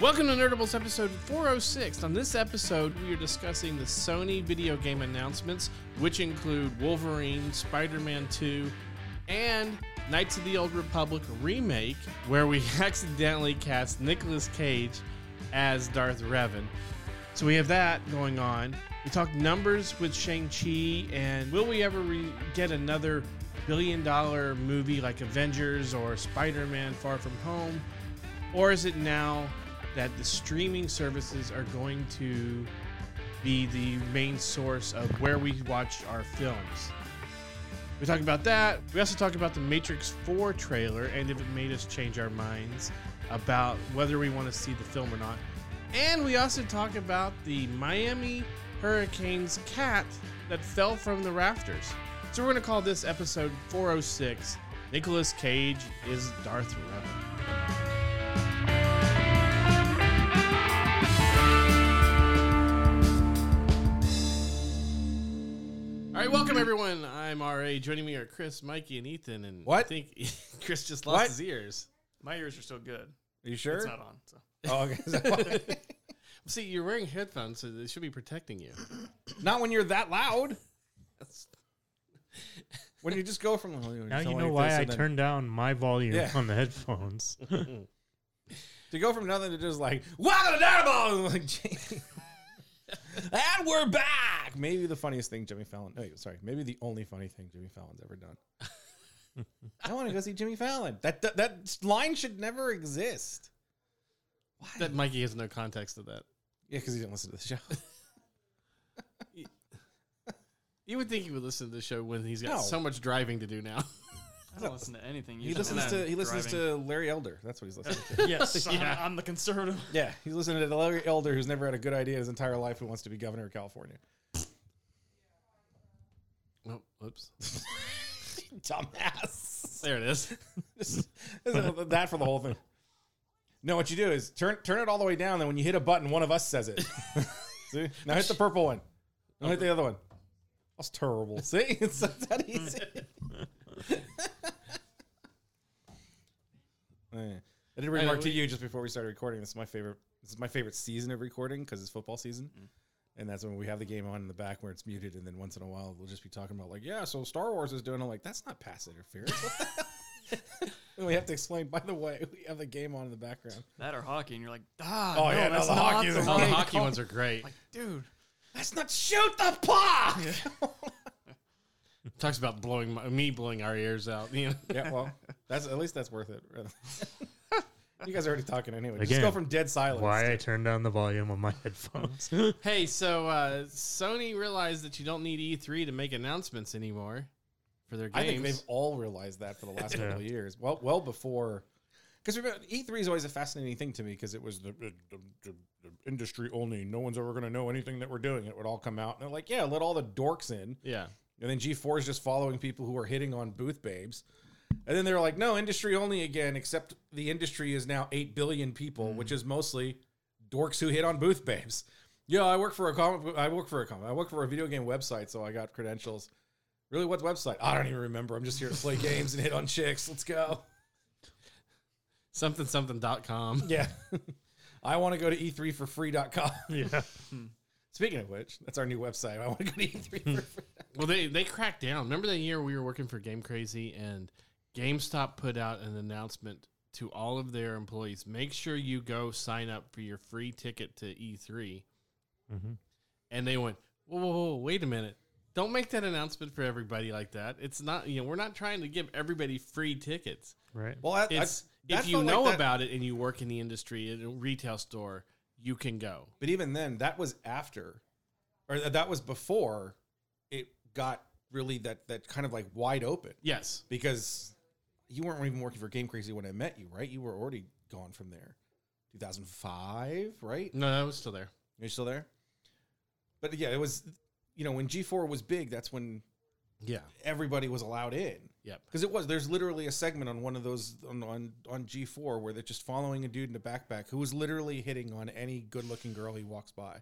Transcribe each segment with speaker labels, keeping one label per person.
Speaker 1: Welcome to Nerdables episode 406. On this episode, we are discussing the Sony video game announcements, which include Wolverine, Spider Man 2, and Knights of the Old Republic Remake, where we accidentally cast Nicolas Cage as Darth Revan. So we have that going on. We talked numbers with Shang-Chi, and will we ever re- get another billion dollar movie like Avengers or Spider Man Far From Home? Or is it now that the streaming services are going to be the main source of where we watch our films? We talk about that. We also talk about the Matrix 4 trailer and if it made us change our minds about whether we want to see the film or not. And we also talk about the Miami Hurricanes cat that fell from the rafters. So we're going to call this episode 406 Nicolas Cage is Darth Revan. All right, welcome everyone. I'm RA. Joining me are Chris, Mikey, and Ethan. And
Speaker 2: What?
Speaker 1: I think Chris just lost
Speaker 2: What?
Speaker 1: his ears.
Speaker 3: My ears are still good.
Speaker 2: Are you sure?
Speaker 3: It's not on. So.
Speaker 2: Oh, okay. So-
Speaker 1: See, you're wearing headphones, so they should be protecting you.
Speaker 2: not when you're that loud. When you just go from
Speaker 4: Now you know why I
Speaker 2: turned
Speaker 4: turned down my volume
Speaker 2: Yeah.
Speaker 4: on the headphones.
Speaker 2: to go from nothing to just like welcome to Dynamo. Like, gee. and we're back. Maybe the funniest thing Jimmy Fallon. No, sorry. Maybe the only funny thing Jimmy Fallon's ever done. I want to go see Jimmy Fallon. That, that that line should never exist. Why?
Speaker 1: That Mikey has no context to that.
Speaker 2: yeah, because he didn't listen to the show.
Speaker 1: You would think he would listen to the show when he's got
Speaker 2: No.
Speaker 1: so much driving to do now.
Speaker 3: I don't listen to anything.
Speaker 2: He listens to he listens to Larry Elder. That's what he's listening to.
Speaker 3: Yes,
Speaker 1: Yeah.
Speaker 3: I'm, I'm the conservative.
Speaker 2: Yeah, he's listening to the Larry Elder, who's never had a good idea his entire life, who wants to be governor of California.
Speaker 1: oh, whoops.
Speaker 2: Dumbass.
Speaker 1: There it is.
Speaker 2: This is- this is that for the whole thing. No, what you do is turn turn it all the way down. Then when you hit a button, one of us says it. See? Now hit the purple one. Now hit the other one. That's terrible. See, it's not that easy. Eh. I did a remark to you just before we started recording. This is my favorite. This is my favorite season of recording because it's football season,
Speaker 3: Mm.
Speaker 2: and that's when we have the game on in the back where it's muted, and then once in a while we'll just be talking about like, yeah, so Star Wars is doing. I'm like, that's not pass interference. What the hell?" and we have to explain. By the way, we have the game on in the background.
Speaker 3: That or hockey, and you're like, ah,
Speaker 2: Oh,
Speaker 3: no,
Speaker 2: yeah, no,
Speaker 3: that's
Speaker 2: the
Speaker 3: not
Speaker 2: hockey
Speaker 3: the
Speaker 2: is-
Speaker 1: Oh,
Speaker 3: right
Speaker 1: the hockey
Speaker 3: call.
Speaker 1: ones are great.
Speaker 3: Like, dude,
Speaker 2: Let's not shoot the puck.
Speaker 1: Talks about blowing my, me blowing our ears out. You know,
Speaker 2: yeah, well, that's at least that's worth it. you guys are already talking anyway. just
Speaker 4: Again,
Speaker 2: go from dead silence.
Speaker 4: why I turned down the volume on my headphones.
Speaker 1: hey, so uh, Sony realized that you don't need E3 to make announcements anymore for their
Speaker 2: I
Speaker 1: games.
Speaker 2: think they've all realized that for the last
Speaker 4: Yeah.
Speaker 2: couple of years. Well, well before, because E three is always a fascinating thing to me because it was the, the, the, the industry only. No one's ever going to know anything that we're doing. It would all come out, and they're like, "Yeah, let all the dorks in."
Speaker 1: yeah,
Speaker 2: And then G four is just following people who are hitting on booth babes. And then they're like, "No, industry only again." Except the industry is now eight billion people, which is mostly dorks who hit on booth babes. Yeah, I work for a comic. book- I work for a comic. I work for a video game website, so I got credentials. Really, what website? I don't even remember. I'm just here to play games and hit on chicks. Let's go.
Speaker 1: something something dot com.
Speaker 2: Yeah, I want to go to e3 for free.com.
Speaker 4: yeah.
Speaker 2: Speaking of which, that's our new website. I want to go to e3 for free.
Speaker 1: Well, they they cracked down. Remember that year we were working for Game Crazy and GameStop put out an announcement to all of their employees: make sure you go sign up for your free ticket to E3.
Speaker 2: Mm-hmm.
Speaker 4: Mhm.
Speaker 1: And they went, whoa, whoa, whoa, wait a minute! Don't make that announcement for everybody like that. It's not you know we're not trying to give everybody free tickets.
Speaker 4: Right.
Speaker 2: Well, that,
Speaker 1: It's
Speaker 2: that
Speaker 1: if you
Speaker 2: felt like
Speaker 1: know
Speaker 2: that-
Speaker 1: about it and you work in the industry in a retail store, you can go.
Speaker 2: But even then, that was after, or th- that was before it got really that that kind of like wide open
Speaker 1: Yes,
Speaker 2: because you weren't even working for Game Crazy when I met you, right? You were already gone from there, 2005, right?
Speaker 1: no, that was still there.
Speaker 2: You're still there. But yeah, it was, you know, when G4 was big, that's when
Speaker 1: Yeah,
Speaker 2: everybody was allowed in
Speaker 1: yep.
Speaker 2: because it was there's literally a segment on one of those on, on on G4 where they're just following a dude in a backpack who was literally hitting on any good-looking girl he walks by.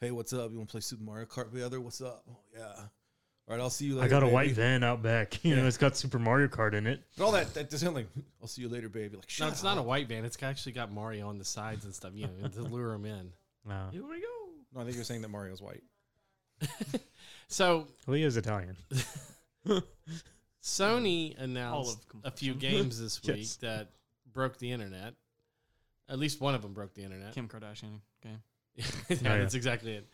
Speaker 2: Hey, what's up? You want to play Super Mario Kart together? What's up? Oh yeah. All right, I'll see you later.
Speaker 4: I got a
Speaker 2: baby.
Speaker 4: white van out back. You know, it's got Super Mario Kart in it.
Speaker 2: But all that that doesn't like. I'll see you later, baby. Like, shut
Speaker 1: no, it's not a white van. It's actually got Mario on the sides and stuff, you know, to lure him in.
Speaker 4: No.
Speaker 3: Here we go.
Speaker 2: No, I think you're saying that Mario's white.
Speaker 1: So
Speaker 4: Well, he is Italian.
Speaker 1: Sony announced
Speaker 3: Olive
Speaker 1: Oh, a few
Speaker 3: complexion.
Speaker 1: games this
Speaker 4: Yes.
Speaker 1: week that broke the internet. At least one of them broke the internet.
Speaker 3: Kim Kardashian game.
Speaker 1: yeah,
Speaker 4: Oh, yeah.
Speaker 1: That's exactly it.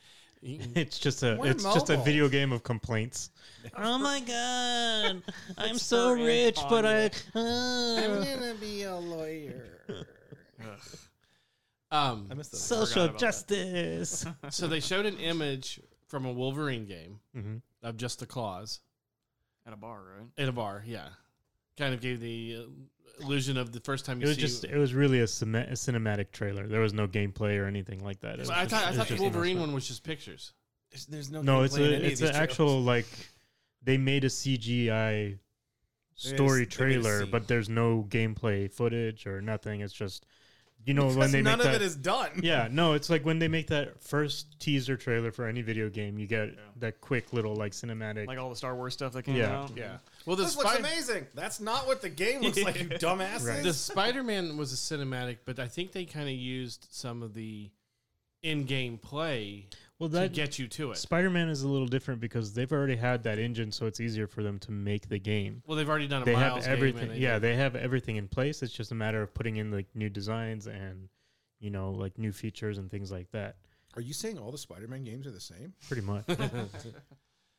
Speaker 1: You-
Speaker 4: It's just a
Speaker 2: We're
Speaker 4: it's just a
Speaker 2: mobile.
Speaker 4: video game of complaints. oh my god,
Speaker 3: I'm so rich, but I-
Speaker 2: gonna be a lawyer.
Speaker 3: Ugh.
Speaker 1: Um,
Speaker 2: I missed that.
Speaker 3: social about that.
Speaker 4: justice.
Speaker 1: so they showed an image from a Wolverine game
Speaker 4: Mhm.
Speaker 1: of just the claws
Speaker 3: At a bar, right?
Speaker 1: in a bar. Yeah, kind of gave the uh, illusion of the first time
Speaker 4: It
Speaker 1: you
Speaker 4: was
Speaker 1: see.
Speaker 4: just it was really a, cine- a cinematic trailer. There was no gameplay or anything like that. It was
Speaker 1: Well, I
Speaker 4: just-
Speaker 1: thought I
Speaker 4: it was
Speaker 1: thought the
Speaker 4: just an
Speaker 1: Wolverine
Speaker 4: announcement.
Speaker 1: one was just pictures.
Speaker 2: There's, there's no.
Speaker 4: No,
Speaker 2: gameplay
Speaker 4: it's
Speaker 2: in
Speaker 4: a
Speaker 2: any of
Speaker 4: it's
Speaker 2: these
Speaker 4: an
Speaker 2: trailers.
Speaker 4: actual like they made a CGI story
Speaker 2: they made a
Speaker 4: trailer,
Speaker 2: scene.
Speaker 4: but there's no gameplay footage or nothing. It's just you know when
Speaker 2: Because
Speaker 4: they
Speaker 2: none
Speaker 4: make
Speaker 2: of
Speaker 4: that
Speaker 2: it is done.
Speaker 4: yeah, no, it's like when they make that first teaser trailer for any video game, you get that quick little like cinematic.
Speaker 3: Like all the Star Wars stuff that came
Speaker 4: Yeah.
Speaker 3: out.
Speaker 1: Yeah. Well, the
Speaker 2: This looks
Speaker 1: Spider
Speaker 2: amazing. That's not what the game looks like, you dumbasses.
Speaker 4: Right.
Speaker 1: the Spider Man was a cinematic, but I think they kind of used some of the in-game play
Speaker 4: well,
Speaker 1: to
Speaker 4: that
Speaker 1: get you to it.
Speaker 4: Spider-Man is a little different because they've already had that engine, so it's easier for them to make the game.
Speaker 1: Well, they've already done a
Speaker 4: They have
Speaker 1: Miles game and
Speaker 4: everything.
Speaker 1: they
Speaker 4: yeah,
Speaker 1: did-
Speaker 4: they have everything in place. It's just a matter of putting in like new designs and you know like new features and things like that.
Speaker 2: Are you saying all the Spider-Man games are the same?
Speaker 4: Pretty much.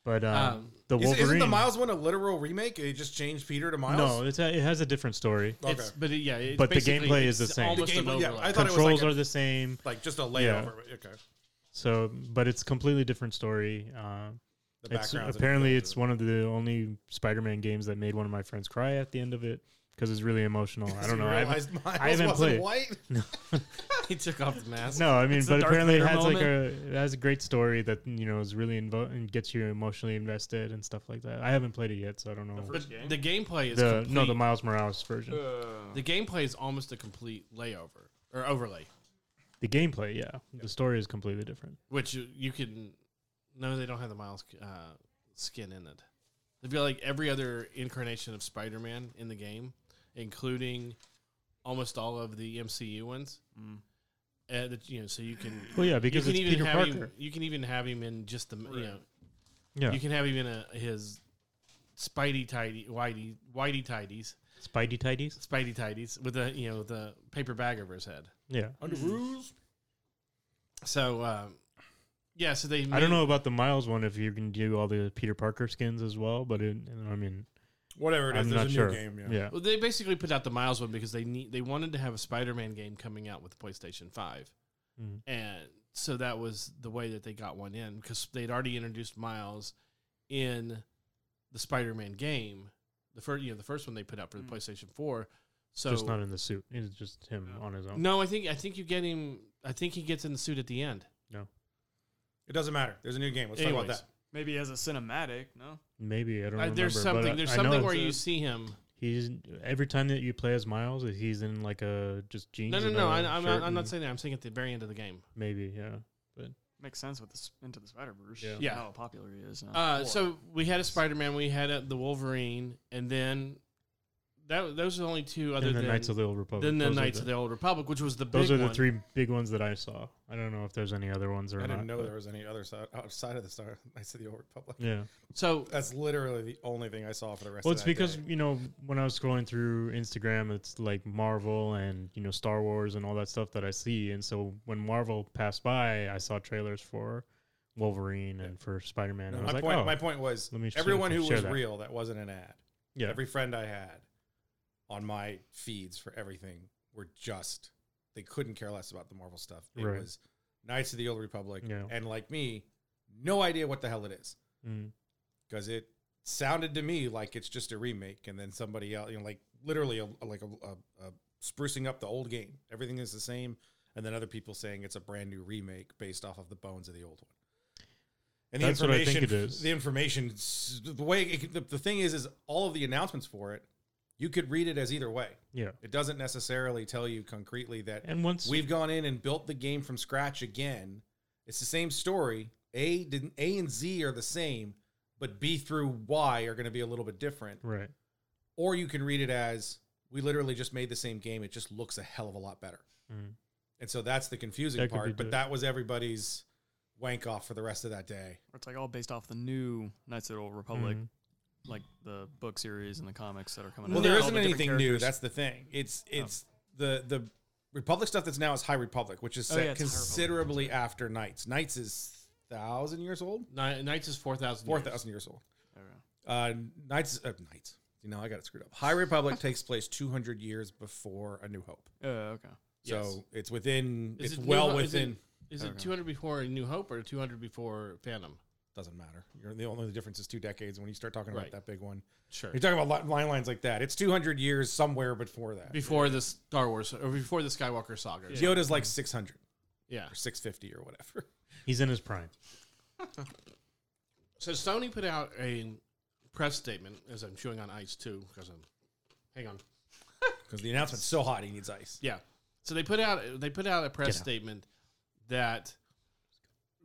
Speaker 4: but um,
Speaker 1: Um,
Speaker 4: the
Speaker 2: Is,
Speaker 4: Wolverine.
Speaker 2: isn't the Miles one a literal remake? They just changed Peter to Miles.
Speaker 4: No, it's a, it has a different story.
Speaker 2: Okay.
Speaker 1: It's, but it, yeah, it's
Speaker 4: But the
Speaker 1: basically-
Speaker 4: gameplay is
Speaker 1: it's
Speaker 4: the same.
Speaker 1: Almost
Speaker 2: The
Speaker 1: an
Speaker 2: gameplay- yeah, I
Speaker 1: overlap.
Speaker 2: thought it was
Speaker 4: Controls
Speaker 2: like a-
Speaker 4: are the same.
Speaker 2: like just a
Speaker 4: Yeah.
Speaker 2: layover. Okay.
Speaker 4: So, but it's completely different story. Uh,
Speaker 2: The
Speaker 4: it's
Speaker 2: backgrounds and
Speaker 4: apparently
Speaker 2: everything.
Speaker 4: it's one of the only Spider-Man games that made one of my friends cry at the end of it because it's really emotional. I don't
Speaker 2: You
Speaker 4: know. I haven't,
Speaker 2: realized Miles
Speaker 4: I haven't
Speaker 2: wasn't
Speaker 4: played.
Speaker 2: White.
Speaker 1: he took off the mask.
Speaker 4: no, I mean,
Speaker 3: It's a
Speaker 4: but
Speaker 3: Darth
Speaker 4: apparently it
Speaker 3: Vader
Speaker 4: has like a
Speaker 3: moment.
Speaker 4: it has a great story that you know is really invo- and gets you emotionally invested and stuff like that. I haven't played it yet, so I don't know.
Speaker 1: But the gameplay is
Speaker 4: The, no, the
Speaker 1: complete- Uh.
Speaker 4: Miles Morales version.
Speaker 1: the gameplay is almost a complete layover or overlay,
Speaker 4: the gameplay, yeah, the story is completely different.
Speaker 1: which you, you can. No, they don't have the Miles uh, skin in it. It'd be like every other incarnation of Spider-Man in the game, including almost all of the MCU ones.
Speaker 3: Mm.
Speaker 1: Uh, that, you know, so you can
Speaker 4: Well, yeah, because
Speaker 1: you
Speaker 4: it's
Speaker 1: can
Speaker 4: Peter
Speaker 1: have
Speaker 4: Parker.
Speaker 1: him. You can even have him in just the you know
Speaker 4: yeah,
Speaker 1: you can have him in a, his Spidey tidy whitey whitey tidies.
Speaker 4: Spidey tidies.
Speaker 1: Spidey tidies with the you know the paper bag over his head.
Speaker 4: Yeah,
Speaker 2: Under rules.
Speaker 1: So um, yeah, so they.
Speaker 4: I don't know about the Miles one if you can do all the Peter Parker skins as well, but it, I mean,
Speaker 2: Whatever it is,
Speaker 4: I'm
Speaker 2: there's
Speaker 4: not
Speaker 2: a
Speaker 4: sure.
Speaker 2: new game. Yeah.
Speaker 4: yeah.
Speaker 1: Well, they basically put out the Miles one because they need they wanted to have a Spider-Man game coming out with the PlayStation Five,
Speaker 4: Mhm.
Speaker 1: and so that was the way that they got one in because they'd already introduced Miles in the Spider-Man game, the first you know the first one they put out for the
Speaker 3: Mm.
Speaker 1: PlayStation Four. So
Speaker 4: just not in the suit. It's just him
Speaker 3: Yeah.
Speaker 4: on his own.
Speaker 1: no, I think I think you get him. I think he gets in the suit at the end.
Speaker 2: It doesn't matter. There's a new game. Let's talk about
Speaker 1: Anyways.
Speaker 2: that.
Speaker 3: Maybe as a cinematic, no?
Speaker 4: Maybe I don't.
Speaker 1: Uh,
Speaker 4: remember,
Speaker 1: there's
Speaker 4: but
Speaker 1: something.
Speaker 4: I-
Speaker 1: There's
Speaker 4: I
Speaker 1: something
Speaker 4: know
Speaker 1: where
Speaker 3: it's
Speaker 1: you
Speaker 3: a-
Speaker 1: see him.
Speaker 4: he's every time that you play as Miles, he's in like a just jeans.
Speaker 1: No, no,
Speaker 4: and
Speaker 1: no.
Speaker 4: a
Speaker 1: I, I'm,
Speaker 4: shirt
Speaker 1: not, I'm
Speaker 4: and
Speaker 1: not saying that. I'm saying at the very end of the game.
Speaker 4: maybe. Yeah,
Speaker 3: Makes sense with this into the Spider Verse.
Speaker 4: Yeah.
Speaker 1: Yeah.
Speaker 3: How popular he is. Now.
Speaker 1: Uh, so we had a Spider Man, we had a, the Wolverine, and then that those are the only two other
Speaker 4: and the
Speaker 1: than
Speaker 4: Knights of the Old Republic.
Speaker 1: then the
Speaker 4: Those are
Speaker 1: Knights of the Old Republic, which was the
Speaker 4: Those
Speaker 1: big
Speaker 4: are the
Speaker 1: one.
Speaker 4: three big ones that I saw. I don't know if there's any other ones
Speaker 2: I
Speaker 4: or not.
Speaker 2: didn't know
Speaker 4: but-
Speaker 2: there was any other side outside of the Star Knights of the Old Republic.
Speaker 4: Yeah.
Speaker 1: So
Speaker 2: That's literally the only thing I saw for the rest.
Speaker 4: Well,
Speaker 2: of
Speaker 4: it's
Speaker 2: that
Speaker 4: because
Speaker 2: day.
Speaker 4: you know when I was scrolling through Instagram, it's like Marvel and you know Star Wars and all that stuff that I see. And so when Marvel passed by, I saw trailers for Wolverine and for Spider Man.
Speaker 2: No,
Speaker 4: I
Speaker 2: my
Speaker 4: was like,
Speaker 2: point.
Speaker 4: oh,
Speaker 2: My point was
Speaker 4: let me see if
Speaker 2: everyone
Speaker 4: I can
Speaker 2: who
Speaker 4: share
Speaker 2: was
Speaker 4: that.
Speaker 2: real that wasn't an ad.
Speaker 4: yeah,
Speaker 2: Every friend I had on my feeds for everything were just they couldn't care less about the Marvel stuff. It
Speaker 4: Right.
Speaker 2: was Knights of the Old Republic,
Speaker 4: Yeah.
Speaker 2: and like me, no idea what the hell it is
Speaker 4: Mm.
Speaker 2: because it sounded to me like it's just a remake, and then somebody else, you know, like literally a, like a, a, a sprucing up the old game. Everything is the same, and then other people saying it's a brand new remake based off of the bones of the old one. And
Speaker 4: That's what I think
Speaker 2: information-
Speaker 4: it is.
Speaker 2: The information, s- the way it, the, the thing is, is all of the announcements for it, you could read it as either way.
Speaker 4: yeah.
Speaker 2: It doesn't necessarily tell you concretely that
Speaker 4: And once
Speaker 2: we've gone in and built the game from scratch again. It's the same story. A didn't A and Z are the same. but B through Y are going to be a little bit different.
Speaker 4: Right.
Speaker 2: Or you can read it as we literally just made the same game. It just looks a hell of a lot better.
Speaker 4: Mm.
Speaker 2: And so that's the confusing
Speaker 4: That could be
Speaker 2: part. But
Speaker 4: good.
Speaker 2: that was everybody's wank off for the rest of that day.
Speaker 3: It's like all based off the new Knights of the Old Republic,
Speaker 4: Mhm.
Speaker 3: like the book series and the comics that are coming
Speaker 2: Well,
Speaker 3: out.
Speaker 2: there
Speaker 3: All
Speaker 2: isn't
Speaker 3: the different
Speaker 2: anything new.
Speaker 3: characters. Oh.
Speaker 2: That's the thing. It's it's the the Republic stuff that's now is High Republic, which is
Speaker 3: Oh,
Speaker 2: set
Speaker 3: yeah, it's High Republic.
Speaker 2: considerably after Knights. Knights is thousand years old,
Speaker 1: Ni- Knights is 4,000.
Speaker 2: four
Speaker 1: years.
Speaker 2: thousand years old.
Speaker 3: Okay.
Speaker 2: Uh, Knights, uh, Knights. You know, I got it screwed up. High Republic takes place two hundred years before A New Hope,
Speaker 3: Oh, okay.
Speaker 2: so
Speaker 1: Yes.
Speaker 2: it's within.
Speaker 1: Is
Speaker 2: it's
Speaker 1: it New
Speaker 2: well
Speaker 1: Ho- is it-
Speaker 2: within.
Speaker 1: Is it
Speaker 3: Okay.
Speaker 1: 200 before New Hope or 200 before Phantom?
Speaker 2: doesn't matter. You're, the only difference is two decades. When you start talking
Speaker 1: Right.
Speaker 2: about that big one,
Speaker 1: Sure.
Speaker 2: you're talking about li- line lines like that. It's two hundred years somewhere before that.
Speaker 1: Before the Star Wars or before the Skywalker saga. Yeah.
Speaker 2: Yoda's like six hundred
Speaker 1: yeah.
Speaker 2: or six fifty or whatever.
Speaker 4: He's in his prime.
Speaker 1: So Sony put out a press statement as I'm chewing on ice too because I'm. Hang on.
Speaker 2: Because the announcement's so hot, he needs ice.
Speaker 1: Yeah. So they put out they put out a press
Speaker 4: Get out.
Speaker 1: statement that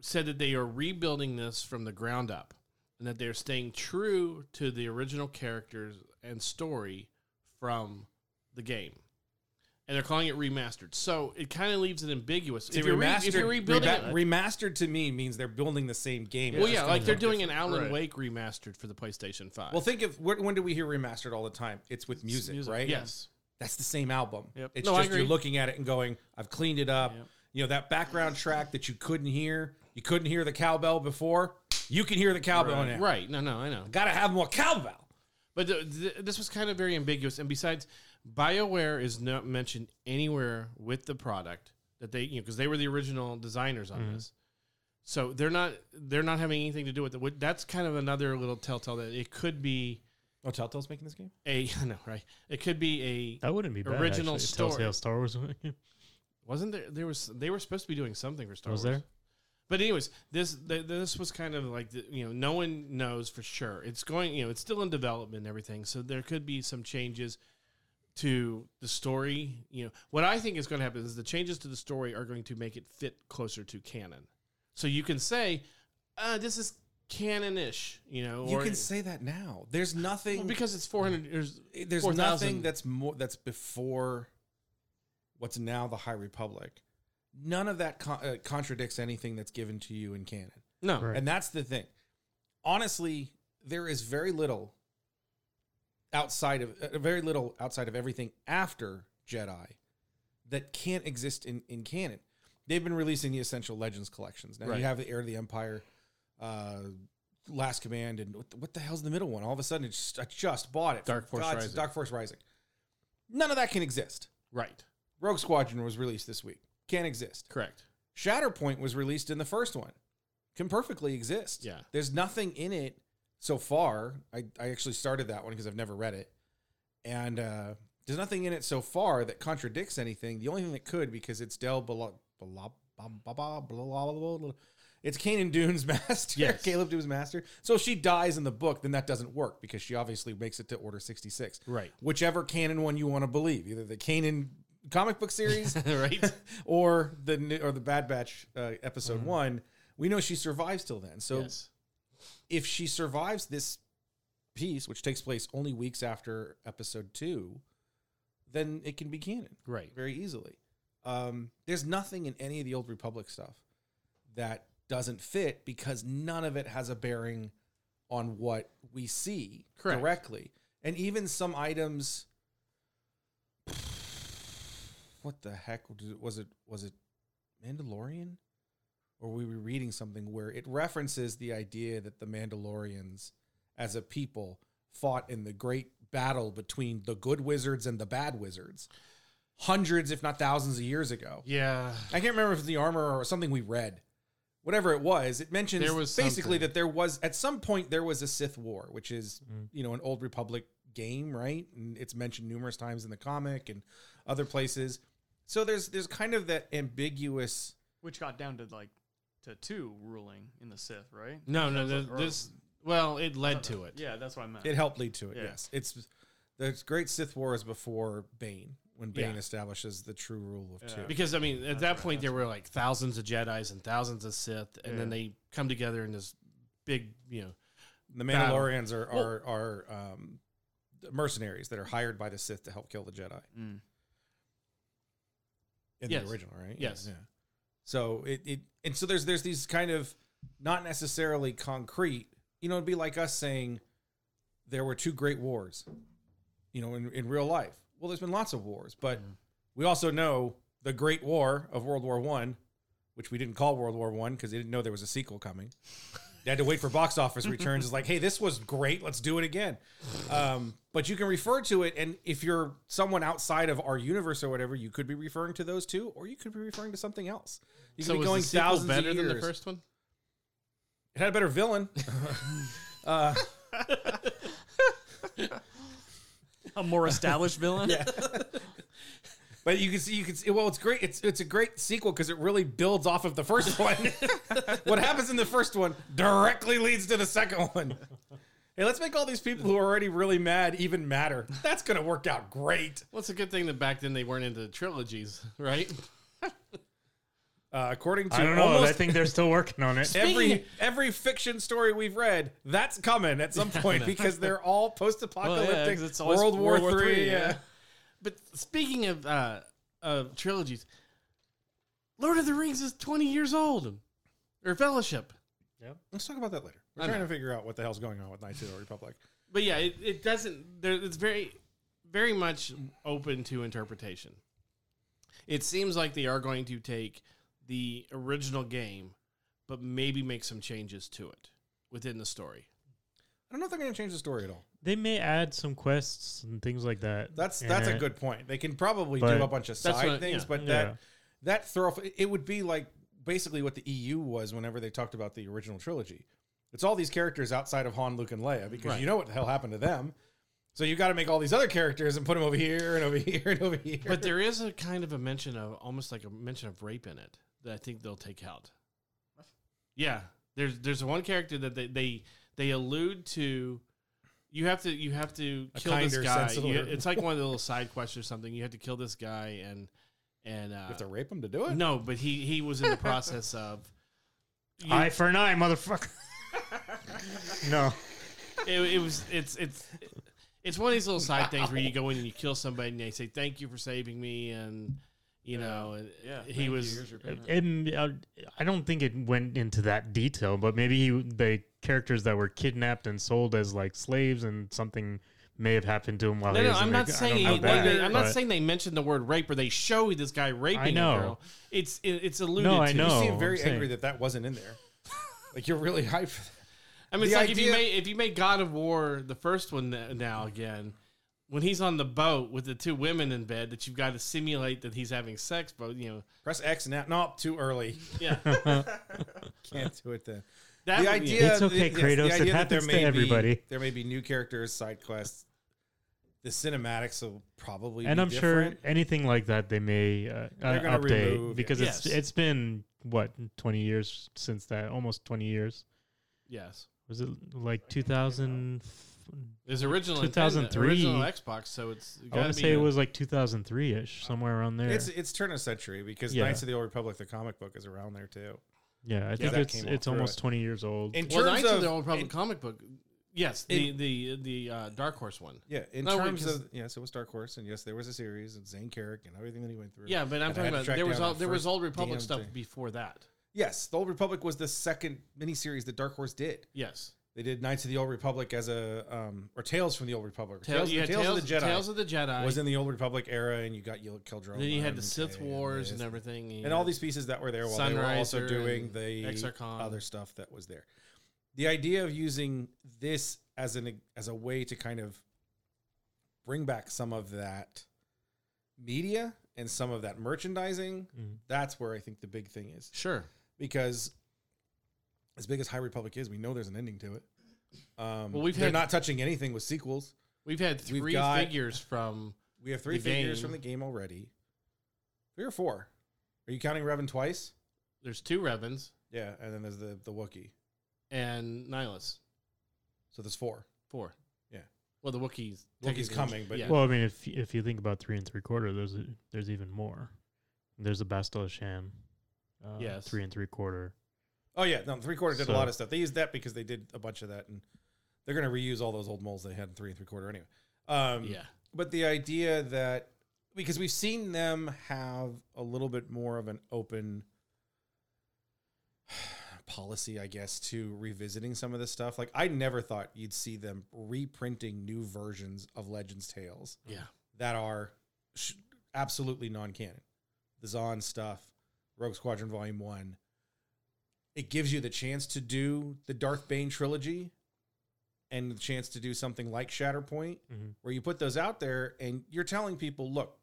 Speaker 1: said that they are rebuilding this from the ground up and that they're staying true to the original characters and story from the game. And they're calling it remastered. So it kind of leaves it ambiguous.
Speaker 2: See,
Speaker 1: if, you're re- if you're rebuilding
Speaker 2: reba-
Speaker 1: it,
Speaker 2: remastered to me means they're building the same game.
Speaker 1: well,
Speaker 2: It's
Speaker 1: yeah, uh,
Speaker 2: just
Speaker 1: like
Speaker 2: gonna
Speaker 1: they're
Speaker 2: look
Speaker 1: doing
Speaker 2: different.
Speaker 1: an Alan
Speaker 3: Right.
Speaker 1: Wake remastered for the PlayStation 5.
Speaker 2: Well, think of when, when do we hear remastered all the time? It's with music,
Speaker 3: music,
Speaker 2: right?
Speaker 1: yes.
Speaker 2: that's the same album.
Speaker 3: Yep.
Speaker 2: It's
Speaker 1: No, I
Speaker 2: just you're
Speaker 1: agree.
Speaker 2: looking at it and going, "I've cleaned it up."
Speaker 3: Yep.
Speaker 2: You know that background track that you couldn't hear. You couldn't hear the cowbell before. You can hear the cowbell now.
Speaker 1: Right. No, no, I know.
Speaker 2: Gotta have more cowbell.
Speaker 1: But th- th- this was kind of very ambiguous. And besides, BioWare is not mentioned anywhere with the product that they, you know, because they were the original designers on this. So they're not they're not having anything to do with it. What- That's kind of another little telltale that it could be
Speaker 2: Oh, Telltale's making this game.
Speaker 1: a no right. It could be a
Speaker 4: That wouldn't be bad.
Speaker 1: Original
Speaker 4: actually.
Speaker 1: story.
Speaker 4: Telltale Star Wars.
Speaker 1: wasn't there there was they were supposed to be doing something for Star
Speaker 4: Was
Speaker 1: Wars.
Speaker 4: there?
Speaker 1: But anyways, this th- this was kind of like the, you know no one knows for sure. It's going you know it's still in development and everything, so there could be some changes to the story. You know what I think is going to happen is the changes to the story are going to make it fit closer to canon. So you can say uh, this is canon-ish, you know,
Speaker 2: you
Speaker 1: or
Speaker 2: can say that now. There's nothing. eh,
Speaker 1: well, because it's four hundred years.
Speaker 2: there's
Speaker 1: 4,000.
Speaker 2: nothing that's more that's before what's now the High Republic. None of that con- uh, contradicts anything that's given to you in canon,
Speaker 1: No,
Speaker 4: Right.
Speaker 2: and that's the thing. Honestly, there is very little outside of uh, very little outside of everything after Jedi that can't exist in in canon. They've been releasing the Essential Legends collections. Now
Speaker 1: Right.
Speaker 2: you have the Heir to the Empire, uh, Last Command, and what the, what the hell's the middle one? All of a sudden, it's just, I just bought it.
Speaker 1: Dark
Speaker 2: For
Speaker 1: Force
Speaker 2: God's-
Speaker 1: Rising.
Speaker 2: Dark Force Rising. None of that can exist.
Speaker 1: right,
Speaker 2: Rogue Squadron was released this week. Can't exist.
Speaker 1: correct.
Speaker 2: Shatterpoint was released in the first one. Can perfectly exist.
Speaker 1: Yeah.
Speaker 2: There's nothing in it so far. I, I actually started that one because I've never read it. And uh, there's nothing in it so far that contradicts anything. The only thing that could, because it's Del Bala, Bala, Bala, Bala, Bala, Bala, Bala- it's Kanan Dune's master,
Speaker 1: Yes.
Speaker 2: Caleb Dune's master. So if she dies in the book, then that doesn't work because she obviously makes it to Order 66.
Speaker 1: Right.
Speaker 2: Whichever canon one you want to believe, either the Kanan comic book series
Speaker 1: right.
Speaker 2: or the new- or the Bad Batch uh, episode one, we know she survives till then. So
Speaker 1: yes.
Speaker 2: if she survives this piece, which takes place only weeks after episode two, then it can be canon
Speaker 1: Right.
Speaker 2: very easily. Um, there's nothing in any of the old Republic stuff that doesn't fit because none of it has a bearing on what we see
Speaker 1: Correct.
Speaker 2: directly, and even some items. What the heck was it? Was it, was it Mandalorian? Or we were reading something where it references the idea that the Mandalorians, as a people, fought in the great battle between the good wizards and the bad wizards, hundreds, if not thousands, of years ago.
Speaker 1: Yeah.
Speaker 2: I can't remember if it's the armor or something we read. Whatever it was, it mentions
Speaker 1: There was
Speaker 2: basically
Speaker 1: something.
Speaker 2: that there was at some point there was a Sith War, which is
Speaker 4: Mm.
Speaker 2: you know an old Republic game, right? And it's mentioned numerous times in the comic and other places. So there's there's kind of that ambiguous.
Speaker 3: Which got down to like to two ruling in the Sith, right?
Speaker 1: No, no.
Speaker 3: That was
Speaker 1: th-
Speaker 3: like- or-
Speaker 1: this. Well, it led to it.
Speaker 3: Yeah, that's what I meant.
Speaker 2: It helped lead to it.
Speaker 3: Yeah.
Speaker 2: Yes, it's the great Sith War is before Bane when Bane
Speaker 1: Yeah.
Speaker 2: establishes the true rule of
Speaker 3: Yeah.
Speaker 2: two.
Speaker 1: Because I mean, at
Speaker 3: That's
Speaker 1: that
Speaker 3: right,
Speaker 1: point, there
Speaker 3: that's
Speaker 1: were like thousands of Jedi's and thousands of Sith, and then
Speaker 3: Yeah.
Speaker 1: they come together in this big, you know,
Speaker 2: The
Speaker 4: Battle.
Speaker 2: Mandalorians are are, are um, mercenaries that are hired by the Sith to help kill the Jedi
Speaker 3: Mm.
Speaker 2: in
Speaker 1: Yes.
Speaker 2: the original, right?
Speaker 1: Yes.
Speaker 2: Yeah. So it, it and so there's there's these kind of not necessarily concrete. You know, it'd be like us saying there were two great wars. You know, in in real life. Well, there's been lots of wars, but
Speaker 1: Mm-hmm.
Speaker 2: we also know the Great War of World War One, which we didn't call World War One because they didn't know there was a sequel coming. They had to wait for box office returns. It's like, hey, this was great. Let's do it again. Um, but you can refer to it, and if you're someone outside of our universe or whatever, you could be referring to those two, or you could be referring to something else. You could
Speaker 1: so
Speaker 2: be
Speaker 1: was
Speaker 2: going
Speaker 1: the sequel
Speaker 2: thousands
Speaker 1: better
Speaker 2: of years.
Speaker 1: than the first one.
Speaker 2: It had a better villain. uh,
Speaker 3: A more established villain.
Speaker 2: Yeah. but you can see you can see well it's great it's it's a great sequel because it really builds off of the first one what happens in the first one directly leads to the second one hey let's make all these people who are already really mad even madder that's gonna work out great
Speaker 1: Well, it's a good thing that back then they weren't into trilogies, right?
Speaker 2: uh, according to
Speaker 4: I don't know. I
Speaker 2: almost
Speaker 4: think they're still working on it.
Speaker 2: every every fiction story we've read that's coming at some point because they're all
Speaker 3: Well, yeah,
Speaker 2: post-apocalyptic
Speaker 3: 'cause it's always
Speaker 2: world war
Speaker 3: World War
Speaker 2: three
Speaker 3: Three,
Speaker 2: yeah.
Speaker 3: yeah.
Speaker 1: But speaking of uh, of trilogies, Lord of the Rings is twenty years old, or Fellowship.
Speaker 2: let's talk about that later we're
Speaker 1: I
Speaker 2: trying
Speaker 1: know.
Speaker 2: to figure out what the hell's going on with knights of the Old republic
Speaker 1: But yeah, it, it doesn't. There, it's very, very much open to interpretation. It seems like they are going to take the original game, but maybe make some changes to it within the story.
Speaker 2: i don't know if they're gonna change the story at all
Speaker 4: They may add some quests and things like that.
Speaker 2: That's
Speaker 4: in
Speaker 2: that's a
Speaker 4: it.
Speaker 2: good point. They can probably
Speaker 4: But-
Speaker 2: do a bunch of
Speaker 1: That's
Speaker 2: side
Speaker 1: what-
Speaker 2: things,
Speaker 1: yeah.
Speaker 2: but
Speaker 4: Yeah.
Speaker 2: that that thorough it would be like basically what the EU was whenever they talked about the original trilogy. It's all these characters outside of Han, Luke, and Leia because
Speaker 1: Right.
Speaker 2: you know what the hell happened to them. So you got to make all these other characters and put them over here and over here and over here.
Speaker 1: But there is a kind of a mention of almost like a mention of rape in it that I think they'll take out. Yeah, there's there's one character that they they, they allude to. You have to you have to
Speaker 2: A
Speaker 1: kill this
Speaker 2: kinder
Speaker 1: guy.
Speaker 2: sense of the
Speaker 1: You,
Speaker 2: word.
Speaker 1: it's like one of the little side quests or something. You have to kill this guy and and
Speaker 2: you
Speaker 1: uh,
Speaker 2: have to rape them to do it.
Speaker 1: no, but he he was in the process of. you-
Speaker 4: Eye for an eye, motherfucker. no.
Speaker 1: it, it was it's it's it's one of these little side things where you go in and you kill somebody and they say thank you for saving me and you know and
Speaker 3: Yeah,
Speaker 1: he
Speaker 3: thank you,
Speaker 1: was
Speaker 3: here's your payment.
Speaker 4: And uh, I don't think it went into that detail, but maybe he, the characters that were kidnapped and sold as like slaves and something may have happened to him while
Speaker 1: No,
Speaker 4: he
Speaker 1: no,
Speaker 4: was
Speaker 1: I'm
Speaker 4: in
Speaker 1: not
Speaker 4: the- I
Speaker 1: saying
Speaker 4: don't know
Speaker 1: they,
Speaker 4: that,
Speaker 1: they- I'm not
Speaker 4: but-
Speaker 1: saying they mentioned the word rape or they show this guy raping
Speaker 4: I know.
Speaker 1: a girl. It's it, it's alluded
Speaker 4: No,
Speaker 1: to.
Speaker 4: I
Speaker 2: you
Speaker 4: know.
Speaker 2: seem
Speaker 4: I'm
Speaker 2: very
Speaker 4: saying-
Speaker 2: angry that that wasn't in there. like you're really hyped. For that.
Speaker 1: I mean, it's
Speaker 2: The
Speaker 1: like if you
Speaker 2: idea-
Speaker 1: made if you made God of War the first one th- now again, when he's on the boat with the two women in bed, that you've got to simulate that he's having sex, but you know,
Speaker 2: Press X now. No, too early.
Speaker 1: yeah,
Speaker 2: Can't do it then.
Speaker 1: that
Speaker 2: the
Speaker 1: would be-
Speaker 2: idea
Speaker 4: It's okay,
Speaker 2: yes, the
Speaker 4: Kratos. It
Speaker 2: idea that
Speaker 4: happens
Speaker 2: there
Speaker 4: to
Speaker 2: may be-
Speaker 4: everybody.
Speaker 2: there may be new characters, side quests. The cinematics will probably
Speaker 4: and
Speaker 2: be
Speaker 4: I'm
Speaker 2: different.
Speaker 4: sure anything like that they may uh, uh,
Speaker 2: gonna
Speaker 4: update
Speaker 2: remove it.
Speaker 4: because it's
Speaker 1: Yes.
Speaker 4: it's been what 20 years since that, almost 20 years.
Speaker 1: yes.
Speaker 4: Was it like 2000?
Speaker 1: It's original
Speaker 4: 2003.
Speaker 1: original Xbox, so it's
Speaker 4: I
Speaker 1: gotta
Speaker 4: want to
Speaker 1: be
Speaker 4: say it
Speaker 1: a-
Speaker 4: was like 2003 ish, somewhere around there.
Speaker 2: It's it's turn of century because
Speaker 4: Yeah.
Speaker 2: Knights of the Old Republic, the comic book, is around there too.
Speaker 4: yeah, I think
Speaker 2: that
Speaker 4: it's
Speaker 2: came
Speaker 4: it's
Speaker 2: out through
Speaker 4: almost
Speaker 2: it.
Speaker 4: 20 years old.
Speaker 2: In
Speaker 1: well,
Speaker 2: terms
Speaker 1: Knights
Speaker 2: of
Speaker 1: of the Old Republic
Speaker 2: in-
Speaker 1: comic book. Yes, the the the uh, Dark Horse one.
Speaker 2: yeah, in
Speaker 1: No, wait,
Speaker 2: terms
Speaker 1: 'cause-
Speaker 2: of yes, it was Dark Horse, and yes, there was a series and Zane Carrick and everything that he went through.
Speaker 1: Yeah, but I'm
Speaker 2: And I had
Speaker 1: talking
Speaker 2: to
Speaker 1: about
Speaker 2: track
Speaker 1: there was
Speaker 2: down
Speaker 1: all
Speaker 2: that
Speaker 1: there was
Speaker 2: first
Speaker 1: Old Republic
Speaker 2: damn
Speaker 1: stuff
Speaker 2: thing.
Speaker 1: before that.
Speaker 2: yes, the Old Republic was the second miniseries that Dark Horse did.
Speaker 1: Yes,
Speaker 2: They did Knights of the Old Republic as a um or Tales from the Old Republic, or
Speaker 1: Tales, you had Tales,
Speaker 2: of the Jedi.
Speaker 1: Tales of the Jedi.
Speaker 2: was in the old republic era and you got Yul Kildrama.
Speaker 1: then you had the
Speaker 2: and
Speaker 1: Sith
Speaker 2: Kay
Speaker 1: Wars and
Speaker 2: this,
Speaker 1: everything,
Speaker 2: and all these pieces that were there while they were also
Speaker 1: Sunriser
Speaker 2: doing
Speaker 1: and
Speaker 2: the
Speaker 1: Exarchon.
Speaker 2: other stuff that was there. The idea of using this as an as a way to kind of bring back some of that media and some of that merchandising,
Speaker 4: Mhm.
Speaker 2: that's where I think the big thing is
Speaker 1: Sure,
Speaker 2: because as big as High Republic is, we know there's an ending to it. Um,
Speaker 1: Well, we've
Speaker 2: they're
Speaker 1: had-
Speaker 2: not touching anything with sequels.
Speaker 1: we've had
Speaker 2: We've
Speaker 1: three
Speaker 2: got-
Speaker 1: figures from
Speaker 2: We have three
Speaker 1: the
Speaker 2: figures
Speaker 1: game.
Speaker 2: from the game already. Three or four? Are you counting Revan twice?
Speaker 1: there's two Revens
Speaker 2: Yeah, and then there's the the Wookiee.
Speaker 1: and Nihilus
Speaker 2: So there's four.
Speaker 1: four.
Speaker 2: Yeah.
Speaker 1: well the Wookiees
Speaker 2: Wookiee's coming, but-
Speaker 1: yeah.
Speaker 4: Well, I mean, if if you think about three and three quarter, there's there's even more. There's a Bastille Sham. Uh,
Speaker 1: Yes.
Speaker 4: Three and three quarter.
Speaker 2: Oh yeah, no, three quarter did
Speaker 4: So-
Speaker 2: a lot of stuff. They used that because they did a bunch of that in They're going to reuse all those old moles they had in three and three quarter anyway. Um,
Speaker 1: yeah.
Speaker 2: but the idea that because we've seen them have a little bit more of an open policy i guess to revisiting some of this stuff like i never thought you'd see them reprinting new versions of legends tales
Speaker 1: Yeah.
Speaker 2: that are sh- absolutely non-canon the zon stuff rogue squadron volume 1 it gives you the chance to do the darth bane trilogy and the chance to do something like shatterpoint
Speaker 4: Mhm.
Speaker 2: where you put those out there and you're telling people, look,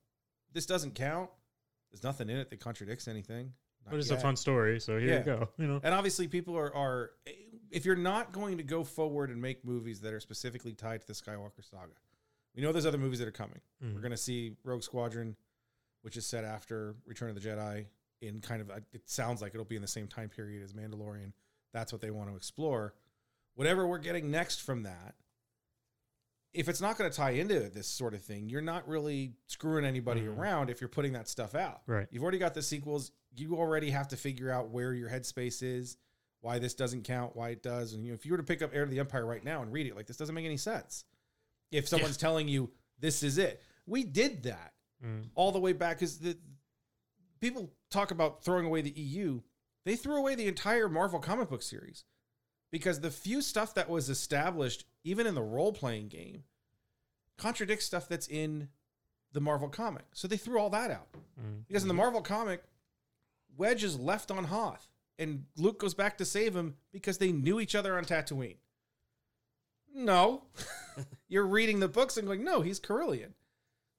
Speaker 2: this doesn't count. There's nothing in it that contradicts anything. Not
Speaker 4: But it's a
Speaker 2: yet.
Speaker 4: fun story, so here
Speaker 2: Yeah. Uh,
Speaker 4: you go. You know,
Speaker 2: And obviously, people are, are if you're not going to go forward and make movies that are specifically tied to the Skywalker saga, we know there's other movies that are coming.
Speaker 4: Mhm.
Speaker 2: We're going to see Rogue Squadron, which is set after Return of the Jedi, in kind of, a, it sounds like it'll be in the same time period as Mandalorian. That's what they want to explore. Whatever we're getting next from that, if it's not going to tie into this sort of thing, you're not really screwing anybody
Speaker 4: Mhm.
Speaker 2: around if you're putting that stuff out.
Speaker 4: right?
Speaker 2: You've already got the sequels. You already have to figure out where your headspace is, why this doesn't count, why it does. And you know, if you were to pick up Heir to the Empire right now and read it, like this doesn't make any sense. If someone's telling you this is it, we did that
Speaker 4: Mm.
Speaker 2: all the way back because the people talk about throwing away the EU. They threw away the entire Marvel comic book series because the few stuff that was established, even in the role playing game, contradicts stuff that's in the Marvel comic. So they threw all that out.
Speaker 4: Mm.
Speaker 2: Because in the Marvel comic, Wedge is left on Hoth, and Luke goes back to save him because they knew each other on Tatooine. No, you're reading the books and going, no, he's Carillion.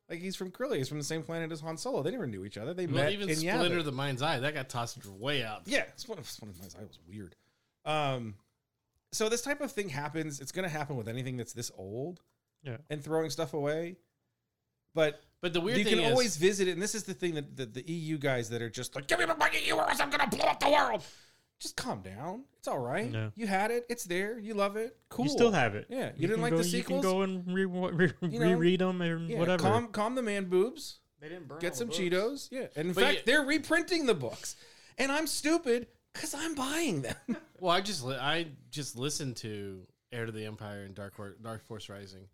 Speaker 2: Like he's from Carillion, he's from the same planet as Han Solo. They never knew each other. They
Speaker 1: Well,
Speaker 2: met
Speaker 1: even
Speaker 2: in
Speaker 1: Splinter
Speaker 2: Yavin.
Speaker 1: the Mind's Eye, that got tossed way out.
Speaker 2: Yeah, it's one of it's one of my I was weird. Um, so this type of thing happens. It's going to happen with anything that's this old.
Speaker 4: Yeah.
Speaker 2: and throwing stuff away. But
Speaker 1: But the weird
Speaker 2: you
Speaker 1: thing
Speaker 2: can
Speaker 1: is,
Speaker 2: always visit it, and this is the thing that the, the EU guys that are just like, give me my money, EU, or else I'm gonna blow up the world. Just calm down. It's all right.
Speaker 4: Yeah.
Speaker 2: You had it. It's there. You love it. Cool.
Speaker 4: You still have it.
Speaker 2: Yeah. You,
Speaker 4: can
Speaker 2: didn't like
Speaker 4: go,
Speaker 2: the
Speaker 4: You
Speaker 2: sequels.
Speaker 4: can go and re- re-
Speaker 2: You know?
Speaker 4: reread them and
Speaker 2: yeah,
Speaker 4: whatever.
Speaker 2: Calm, calm the man boobs.
Speaker 3: They didn't burn.
Speaker 2: Get
Speaker 3: all
Speaker 2: some
Speaker 3: the
Speaker 2: Cheetos.
Speaker 3: books.
Speaker 2: Yeah. And in
Speaker 1: But
Speaker 2: fact,
Speaker 1: you-
Speaker 2: they're reprinting the books, and I'm stupid because I'm buying them.
Speaker 1: well, I just li- I just listened to Heir to the Empire and Dark Hor- Dark Force Rising,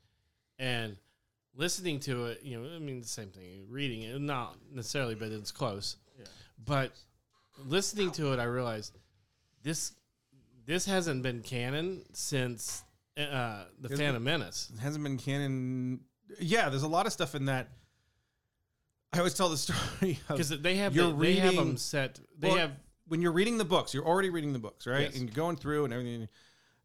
Speaker 1: and listening to it, you know, I mean, the same thing. Reading it, not necessarily, but it's close.
Speaker 3: Yeah.
Speaker 1: But listening to it, I realized this this hasn't been canon since uh, the
Speaker 2: Isn't
Speaker 1: Phantom Menace.
Speaker 2: It hasn't been canon. Yeah, there's a lot of stuff in that. I always tell the story of-
Speaker 1: because they have
Speaker 2: Oh. You're
Speaker 1: the, they have
Speaker 2: reading-
Speaker 1: them set. They
Speaker 2: Well,
Speaker 1: have
Speaker 2: when you're reading the books, you're already reading the books, right?
Speaker 1: Yes.
Speaker 2: And you're going through and everything.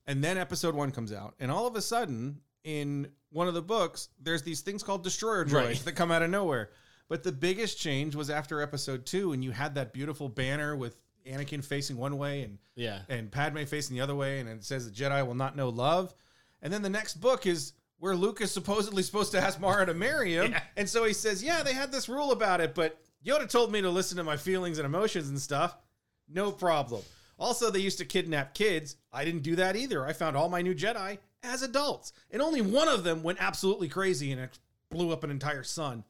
Speaker 2: And then episode one comes out, and all of a sudden, in one of the books, there's these things called destroyer droids
Speaker 1: Right.
Speaker 2: that come out of nowhere. But the biggest change was after episode two, and you had that beautiful banner with Anakin facing one way and
Speaker 1: yeah
Speaker 2: and Padme facing the other way, and it says the Jedi will not know love. And then the next book is where Luke is supposedly supposed to ask Mara to marry him, and so he says, "Yeah, they had this rule about it, but Yoda told me to listen to my feelings and emotions and stuff. No problem." Also, they used to kidnap kids. I didn't do that either. I found all my new Jedi as adults, and only one of them went absolutely crazy and ex- blew up an entire sun,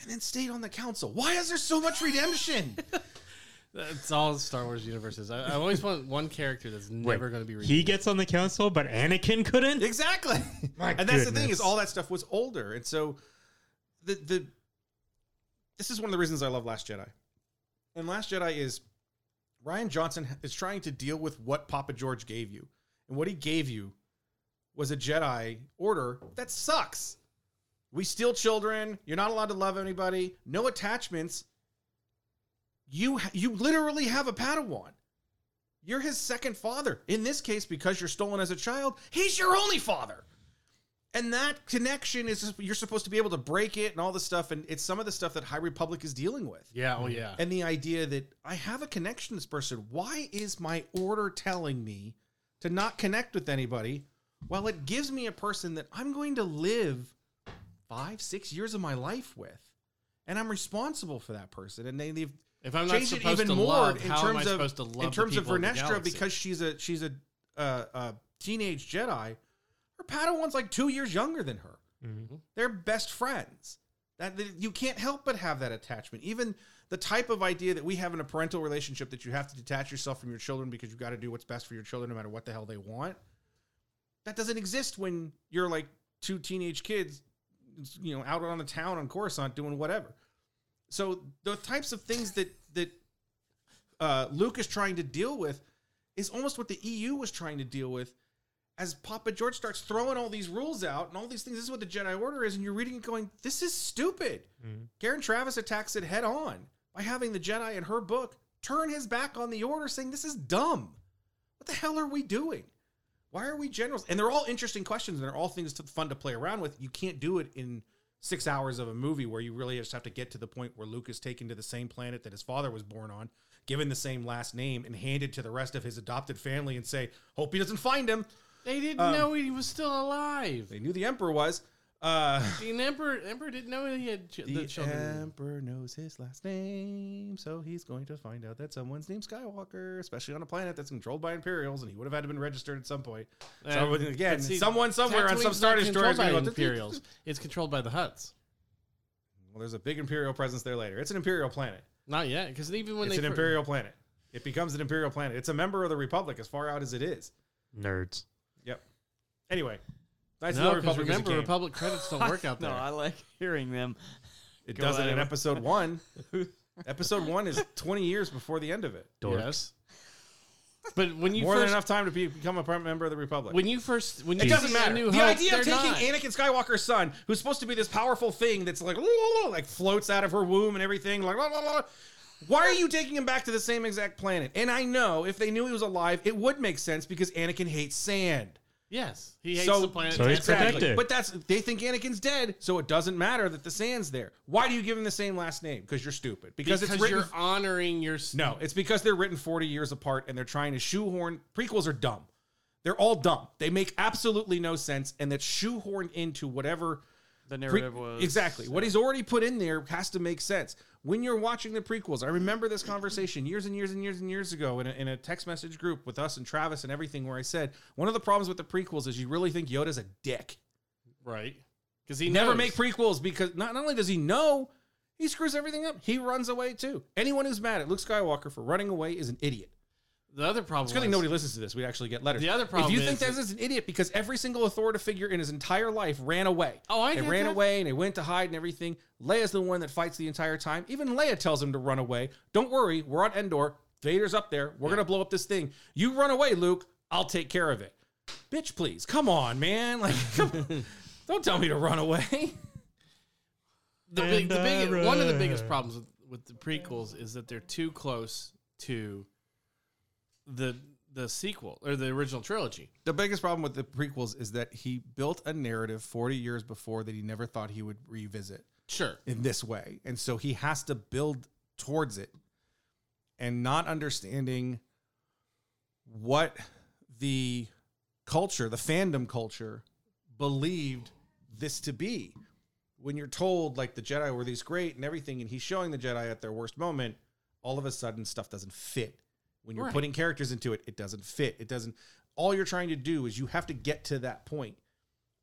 Speaker 2: and then stayed on the council. Why is there so much redemption?
Speaker 1: That's all Star Wars universes. I, I always want one character that's never going to be redeemed.
Speaker 4: He gets on the council, but Anakin couldn't.
Speaker 2: Exactly.
Speaker 4: My
Speaker 2: and that's the thing is
Speaker 4: goodness.
Speaker 2: all that stuff was older, and so the the this is one of the reasons I love Last Jedi. And Last Jedi is Ryan Johnson is trying to deal with what Papa George gave you, and what he gave you was a Jedi order that sucks. We steal children. You're not allowed to love anybody. No attachments. You ha- you literally have a Padawan. You're his second father. In this case, because you're stolen as a child, he's your only father. And that connection is you're supposed to be able to break it and all this stuff. And it's some of the stuff that High Republic is dealing with.
Speaker 1: yeah, oh yeah.
Speaker 2: And the idea that I have a connection to this person. Why is my order telling me to not connect with anybody? Well, it gives me a person that I'm going to live five, six years of my life with. And I'm responsible for that person. And they leave
Speaker 1: If I'm not
Speaker 2: change it
Speaker 1: supposed
Speaker 2: even
Speaker 1: to
Speaker 2: more
Speaker 1: love,
Speaker 2: in
Speaker 1: how am I
Speaker 2: terms
Speaker 1: supposed to
Speaker 2: of
Speaker 1: love
Speaker 2: in terms
Speaker 1: the
Speaker 2: of
Speaker 1: people the
Speaker 2: Vernestra
Speaker 1: galaxy?
Speaker 2: because she's a she's a, uh, a teenage Jedi. Her Padawan's like two years younger than her.
Speaker 4: Mhm.
Speaker 2: They're best friends. That that- you can't help but have that attachment. Even the type of idea that we have in a parental relationship that you have to detach yourself from your children because you've got to do what's best for your children no matter what the hell they want. That doesn't exist when you're like two teenage kids, you know, out on the town on Coruscant doing whatever. So the types of things that that uh, Luke is trying to deal with is almost what the EU was trying to deal with. As Papa George starts throwing all these rules out and all these things, this is what the Jedi Order is, and you're reading it going, "This is stupid."
Speaker 4: Mhm.
Speaker 2: Karen Travis attacks it head on by having the Jedi in her book turn his back on the Order, saying, This is dumb. What the hell are we doing? Why are we generals? And they're all interesting questions and they're all things to, fun to play around with. You can't do it in six hours of a movie where you really just have to get to the point where Luke is taken to the same planet that his father was born on, given the same last name, and handed to the rest of his adopted family and say, Hope he doesn't find him.
Speaker 1: They didn't
Speaker 2: Um,
Speaker 1: know he was still alive.
Speaker 2: They knew the Emperor was. Uh,
Speaker 1: The emperor, emperor didn't know he had ch- the, children.
Speaker 2: Emperor knows his last name, so he's going to find out that someone's named Skywalker, especially on a planet that's controlled by Imperials, and he would have had to been registered at some point. So
Speaker 1: Um,
Speaker 2: everyone- again,
Speaker 1: but see,
Speaker 2: someone somewhere on some
Speaker 1: Tatooine's
Speaker 2: Star
Speaker 1: not
Speaker 2: Destroyer is
Speaker 1: controlled by
Speaker 2: going to go,
Speaker 1: Imperials. It's controlled by the Huts.
Speaker 2: Well, there's a big Imperial presence there later. It's an Imperial planet.
Speaker 1: Not yet, because even when they
Speaker 2: it's
Speaker 1: fir-
Speaker 2: an Imperial planet. It becomes an Imperial planet. It's a member of the Republic as far out as it is.
Speaker 4: Nerds.
Speaker 2: Yep. Anyway, Knights
Speaker 1: no, 'cause
Speaker 2: of the Republic is a
Speaker 1: remember
Speaker 2: game.
Speaker 1: Republic credits don't work out there.
Speaker 3: No, I like hearing them.
Speaker 2: it
Speaker 3: go
Speaker 2: does
Speaker 3: at
Speaker 2: it in
Speaker 3: it.
Speaker 2: episode one. episode one is 20 years before the end of it.
Speaker 4: Dorks.
Speaker 1: Yes, but when you
Speaker 2: More
Speaker 1: first
Speaker 2: than enough time to be, become a prime member of the Republic.
Speaker 1: when you first when you
Speaker 2: It doesn't
Speaker 1: see A
Speaker 2: matter.
Speaker 1: New
Speaker 2: The
Speaker 1: Hope,
Speaker 2: idea of
Speaker 1: they're
Speaker 2: taking
Speaker 1: not.
Speaker 2: Anakin Skywalker's son, who's supposed to be this powerful thing that's like like floats out of her womb and everything, like blah, blah, blah. why are you taking him back to the same exact planet? And I know if they knew he was alive, it would make sense because Anakin hates sand.
Speaker 1: yes, he hates
Speaker 2: So-
Speaker 1: the planet.
Speaker 4: So he's
Speaker 1: That's right.
Speaker 4: protected.
Speaker 2: But that's they think Anakin's dead, so it doesn't matter that the sand's there. Why do you give him the same last name? Because you're stupid. Because,
Speaker 1: because,
Speaker 2: it's written.
Speaker 1: you're honoring your s-
Speaker 2: No, it's because they're written 40 years apart and they're trying to shoehorn. Prequels are dumb. They're all dumb. They make absolutely no sense, and that's shoehorned into whatever
Speaker 3: The
Speaker 2: Pre-
Speaker 3: narrative was
Speaker 2: exactly what he's already put in there has to make sense when you're watching the prequels i remember this conversation years and years and years and years ago in a, in a text message group with us and travis and everything where i said one of the problems with the prequels is you really think yoda's a dick
Speaker 1: right because he
Speaker 2: he never
Speaker 1: knows.
Speaker 2: make prequels because not, not only does he know he screws everything up he runs away too anyone who's mad at luke skywalker for running away is an idiot
Speaker 1: the other problem.
Speaker 2: it's good thing
Speaker 1: was-
Speaker 2: nobody listens to this we actually get letters
Speaker 1: The other
Speaker 2: if
Speaker 1: problem
Speaker 2: you
Speaker 1: is
Speaker 2: think
Speaker 1: that-
Speaker 2: this is an idiot because every single authoritative figure in his entire life ran away
Speaker 1: Oh, I
Speaker 2: they
Speaker 1: get
Speaker 2: ran
Speaker 1: that.
Speaker 2: away and they went to hide and everything. Leia's the one that fights the entire time. Even Leia tells him to run away. Don't worry, we're on Endor. Vader's up there. We're gonna blow up this thing. You run away, Luke. I'll take care of it. Bitch, please. Come on, man. Like, come on. don't tell me to run away.
Speaker 1: The, big, the
Speaker 4: And uh,
Speaker 1: big, one of the
Speaker 4: Ira.
Speaker 1: biggest problems with, with the prequels is that they're too close to the the sequel or the original trilogy.
Speaker 2: The biggest problem with the prequels is that he built a narrative 40 years before that he never thought he would revisit.
Speaker 1: Sure,
Speaker 2: in this way. And so he has to build towards it and not understanding what the culture, the fandom culture, believed this to be. When you're told like the Jedi were these great and everything, and he's showing the Jedi at their worst moment, all of a sudden stuff doesn't fit. When you're
Speaker 1: Right.
Speaker 2: putting characters into it, it doesn't fit. It doesn't. All you're trying to do is you have to get to that point.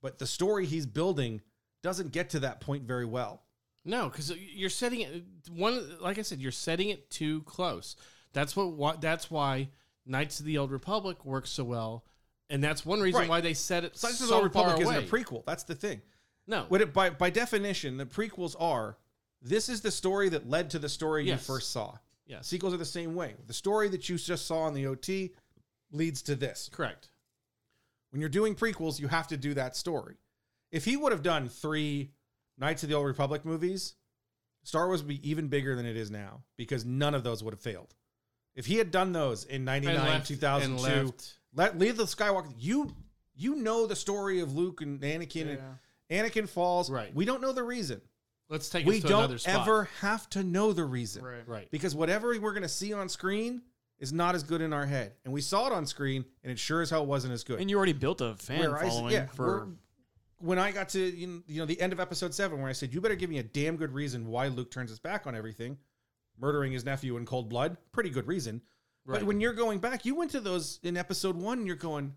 Speaker 2: But the story he's building doesn't get to that point very well.
Speaker 1: no, because you're setting it one. Like I said, you're setting it too close. That's what. why that's why Knights of the Old Republic works so well, and that's one reason
Speaker 2: Right.
Speaker 1: why they set it
Speaker 2: Science
Speaker 1: so
Speaker 2: of the Old
Speaker 1: far
Speaker 2: Republic
Speaker 1: away.
Speaker 2: isn't a prequel. That's the thing.
Speaker 1: no,
Speaker 2: What it, by by definition, the prequels are. This is the story that led to the story
Speaker 1: Yes.
Speaker 2: you first saw.
Speaker 1: yes,
Speaker 2: Sequels are the same way. The story that you just saw in the OT leads to this.
Speaker 1: correct.
Speaker 2: When you're doing prequels, you have to do that story. If he would have done three Knights of the Old Republic movies, Star Wars would be even bigger than it is now because none of those would have failed. If he had done those in
Speaker 1: And
Speaker 2: 99,
Speaker 1: left-
Speaker 2: 2002,
Speaker 1: and left.
Speaker 2: let leave the Skywalker. You you know the story of Luke and Anakin and
Speaker 3: Yeah.
Speaker 2: Anakin falls.
Speaker 1: Right.
Speaker 2: We don't know the reason.
Speaker 1: Let's take
Speaker 2: we
Speaker 1: it to another
Speaker 2: don't
Speaker 1: spot.
Speaker 2: ever have to know the reason.
Speaker 3: Right.
Speaker 1: right.
Speaker 2: Because whatever we're going to see on screen is not as good in our head. And we saw it on screen, and it sure as hell wasn't as good.
Speaker 3: And you already built a fan
Speaker 2: Where I s-
Speaker 3: following
Speaker 2: yeah,
Speaker 3: for
Speaker 2: we're- when I got to you know, you know the end of episode seven, where I said, "You better give me a damn good reason why Luke turns his back on everything, murdering his nephew in cold blood. Pretty good reason."
Speaker 1: Right.
Speaker 2: But when you're going back, you went to those in episode one. And you're going,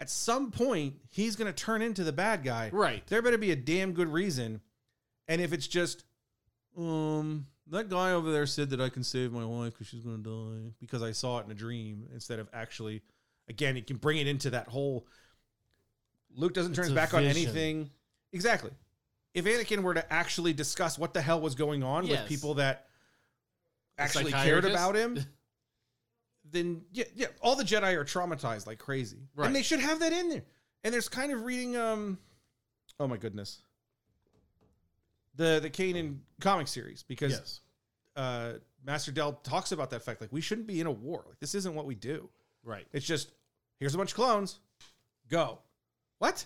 Speaker 2: at some point, he's going to turn into the bad guy.
Speaker 1: Right.
Speaker 2: There better be a damn good reason. And if it's just, um, that guy over there said that I can save my wife because she's going to die because I saw it in a dream instead of actually, again, you can bring it into that whole Luke doesn't turn
Speaker 1: It's
Speaker 2: his
Speaker 1: a
Speaker 2: back on
Speaker 1: vision.
Speaker 2: anything. Exactly. If Anakin were to actually discuss what the hell was going on
Speaker 1: Yes.
Speaker 2: with people that
Speaker 1: The
Speaker 2: actually cared
Speaker 1: psychiatrist?
Speaker 2: about him, then yeah, yeah, all the Jedi are traumatized like crazy,
Speaker 1: Right.
Speaker 2: and they should have that in there. And there's kind of reading, um, oh my goodness, the the Kanan comic series because
Speaker 1: yes.
Speaker 2: uh, Master Dell talks about that fact. Like we shouldn't be in a war. Like this isn't what we do.
Speaker 1: Right.
Speaker 2: It's just here's a bunch of clones, go. What?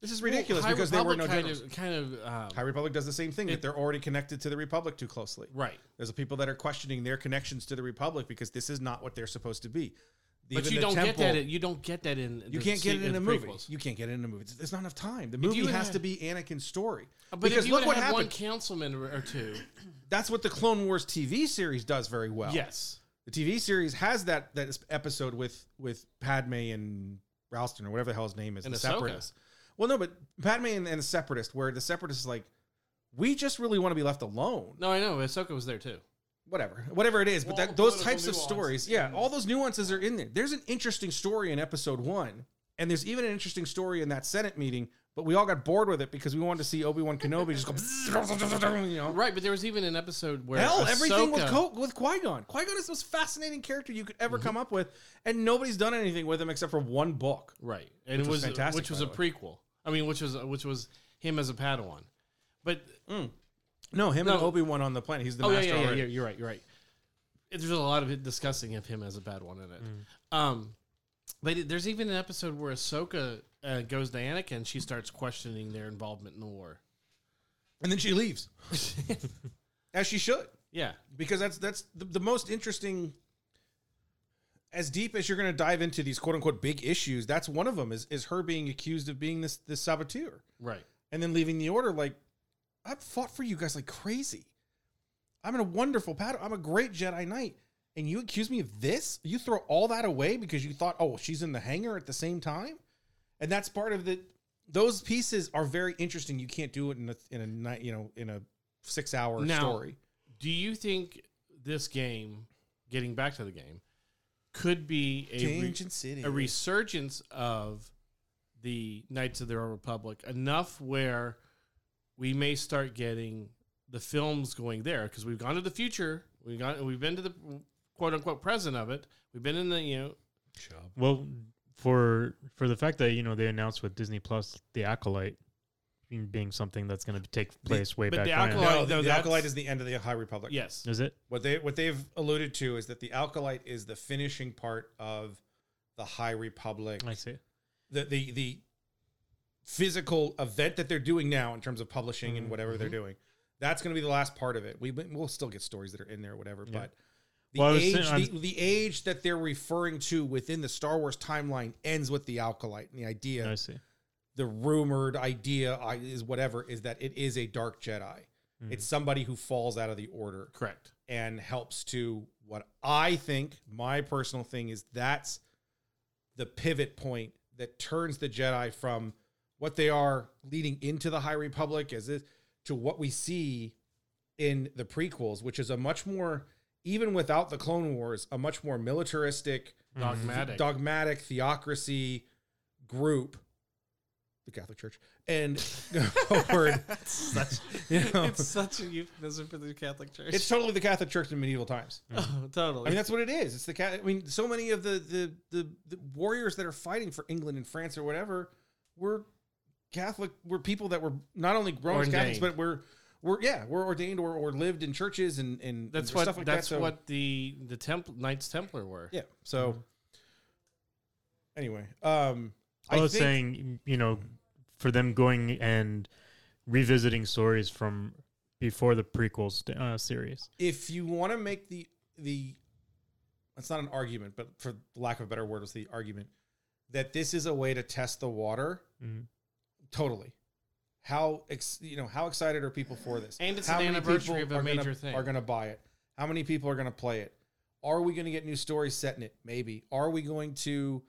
Speaker 2: This is ridiculous
Speaker 1: High
Speaker 2: because
Speaker 1: Republic
Speaker 2: there were no
Speaker 1: kind
Speaker 2: generals.
Speaker 1: of, kind of um,
Speaker 2: High Republic does the same thing,
Speaker 1: It-
Speaker 2: but they're already connected to the Republic too closely.
Speaker 1: right.
Speaker 2: There's people that are questioning their connections to the Republic because this is not what they're supposed to be.
Speaker 1: but
Speaker 2: Even
Speaker 1: you
Speaker 2: the
Speaker 1: don't get
Speaker 2: temple-
Speaker 1: that. In, you don't get that in.
Speaker 2: you
Speaker 1: the
Speaker 2: can't get
Speaker 1: se-
Speaker 2: it in a
Speaker 1: the
Speaker 2: movie.
Speaker 1: prequels.
Speaker 2: You can't get it in a movie. It's, it's not enough time. The
Speaker 1: If
Speaker 2: movie
Speaker 1: you
Speaker 2: has
Speaker 1: had-
Speaker 2: to be Anakin's story.
Speaker 1: But
Speaker 2: because
Speaker 1: if you
Speaker 2: look
Speaker 1: would've
Speaker 2: what
Speaker 1: had
Speaker 2: happened.
Speaker 1: One councilman or or two.
Speaker 2: That's what the Clone Wars TV series does very well.
Speaker 1: Yes.
Speaker 2: the TV series has that that episode with with Padme and Ralston or whatever the hell his name is,
Speaker 1: And
Speaker 2: the
Speaker 1: Ahsoka.
Speaker 2: Separatist. Well, no, but Padme and, and the Separatist, where the Separatist is like, we just really want to be left alone.
Speaker 1: No, I know. Ahsoka was there too.
Speaker 2: Whatever, whatever it is, but
Speaker 3: All
Speaker 2: that
Speaker 3: the
Speaker 2: those
Speaker 3: political
Speaker 2: types of
Speaker 3: nuance.
Speaker 2: stories, yeah, all those nuances are in there. There's an interesting story in episode one, and there's even an interesting story in that Senate meeting. But we all got bored with it because we wanted to see Obi Wan Kenobi just go, you know,
Speaker 1: Right, but there was even an episode where
Speaker 2: Hell, everything with
Speaker 1: Ahsoka-
Speaker 2: Co- with Qui Gon. Qui Gon is the most fascinating character you could ever come up with, and nobody's done anything with him except for one book.
Speaker 1: Right, and
Speaker 2: Which
Speaker 1: it
Speaker 2: was
Speaker 1: was,
Speaker 2: fantastic,
Speaker 1: which was
Speaker 2: by
Speaker 1: a
Speaker 2: the
Speaker 1: prequel. I mean, which was which was him as a Padawan. But
Speaker 2: No, him and
Speaker 1: No.
Speaker 2: Obi Wan on the planet. He's the
Speaker 1: oh yeah,
Speaker 2: master.
Speaker 1: yeah, yeah,
Speaker 2: already.
Speaker 1: you're, you're right, you're right. There's a lot of it discussing of him as a Padawan in it.
Speaker 2: Mm.
Speaker 1: Um, but it- there's even an episode where Ahsoka uh, goes to Anakin. She starts questioning their involvement in the war.
Speaker 2: And then she leaves, as she should,
Speaker 1: Yeah,
Speaker 2: because that's that's the, the most interesting. As deep as you're going to dive into these quote unquote big issues, that's one of them is is her being accused of being this this saboteur.
Speaker 1: right.
Speaker 2: and then leaving the order like i've fought for you guys like crazy i'm in a wonderful pattern i'm a great jedi knight and you accuse me of this you throw all that away because you thought oh she's in the hangar at the same time and that's part of the those pieces are very interesting you can't do it in a in a night you know in a six hour
Speaker 1: Now-
Speaker 2: story
Speaker 1: Do you think this game, getting back to the game, could be a re-
Speaker 2: Change in city
Speaker 1: a resurgence of the Knights of the Old Republic enough where we may start getting the films going there because we've gone to the future. We've gone. We've been to the quote unquote present of it. We've been in the you know
Speaker 4: Well, for for the fact that you know they announced with Disney Plus the Acolyte being something that's going to take place way
Speaker 1: but
Speaker 4: back
Speaker 1: the
Speaker 4: when.
Speaker 1: Acolyte-
Speaker 2: no,
Speaker 1: No,
Speaker 2: the, the
Speaker 1: that's-
Speaker 2: acolyte is the end of the high republic
Speaker 1: yes
Speaker 4: Is it?
Speaker 2: What they what they've alluded to is that the Alkalite is the finishing part of the High Republic.
Speaker 4: I see.
Speaker 2: The the the physical event that they're doing now in terms of publishing
Speaker 4: Mm-hmm.
Speaker 2: and whatever they're doing. That's going to be the last part of it. We we'll still get stories that are in there, whatever.
Speaker 4: Yeah.
Speaker 2: But the
Speaker 4: Well, I was
Speaker 2: age
Speaker 4: saying-
Speaker 2: the, the age that they're referring to within the Star Wars timeline ends with the Alkalite, and the idea
Speaker 4: I see.
Speaker 2: the rumored idea I- is whatever is that it is a dark Jedi. It's somebody who falls out of the order
Speaker 1: correct
Speaker 2: and helps to what I think my personal thing is that's the pivot point that turns the Jedi from what they are leading into the High Republic as it to what we see in the prequels, which is a much more even without the Clone Wars, a much more militaristic,
Speaker 4: Mm-hmm.
Speaker 1: dogmatic
Speaker 2: dogmatic theocracy group, the Catholic Church, and word. you know,
Speaker 1: it's such a euphemism for the Catholic Church.
Speaker 2: it's totally the Catholic Church in medieval times.
Speaker 1: oh, totally.
Speaker 2: I mean, that's what it is. It's the cat. I mean, so many of the, the the the warriors that are fighting for England and France or whatever were Catholic. Were people that were not only grown as Catholics,
Speaker 1: Ordained.
Speaker 2: but were were yeah, were ordained or, or lived in churches and and
Speaker 1: that's
Speaker 2: and
Speaker 1: what
Speaker 2: stuff like
Speaker 1: that's
Speaker 2: that. So,
Speaker 1: what Mm-hmm. the the Temp- Knights Templar were.
Speaker 2: Yeah. So anyway, um,
Speaker 4: I, was
Speaker 2: think-
Speaker 4: Oh, saying, you know, for them going and revisiting stories from before the prequels uh, series.
Speaker 2: if you want to make the the it's not an argument but for lack of a better word was the argument that this is a way to test the water
Speaker 4: Mhm.
Speaker 2: totally how ex, you know how excited are people for this
Speaker 1: And it's
Speaker 2: how
Speaker 1: an
Speaker 2: many
Speaker 1: anniversary
Speaker 2: people
Speaker 1: of a
Speaker 2: are gonna-
Speaker 1: major thing.
Speaker 2: are going to buy it how many people are going to play it are we going to get new stories set in it maybe are we going to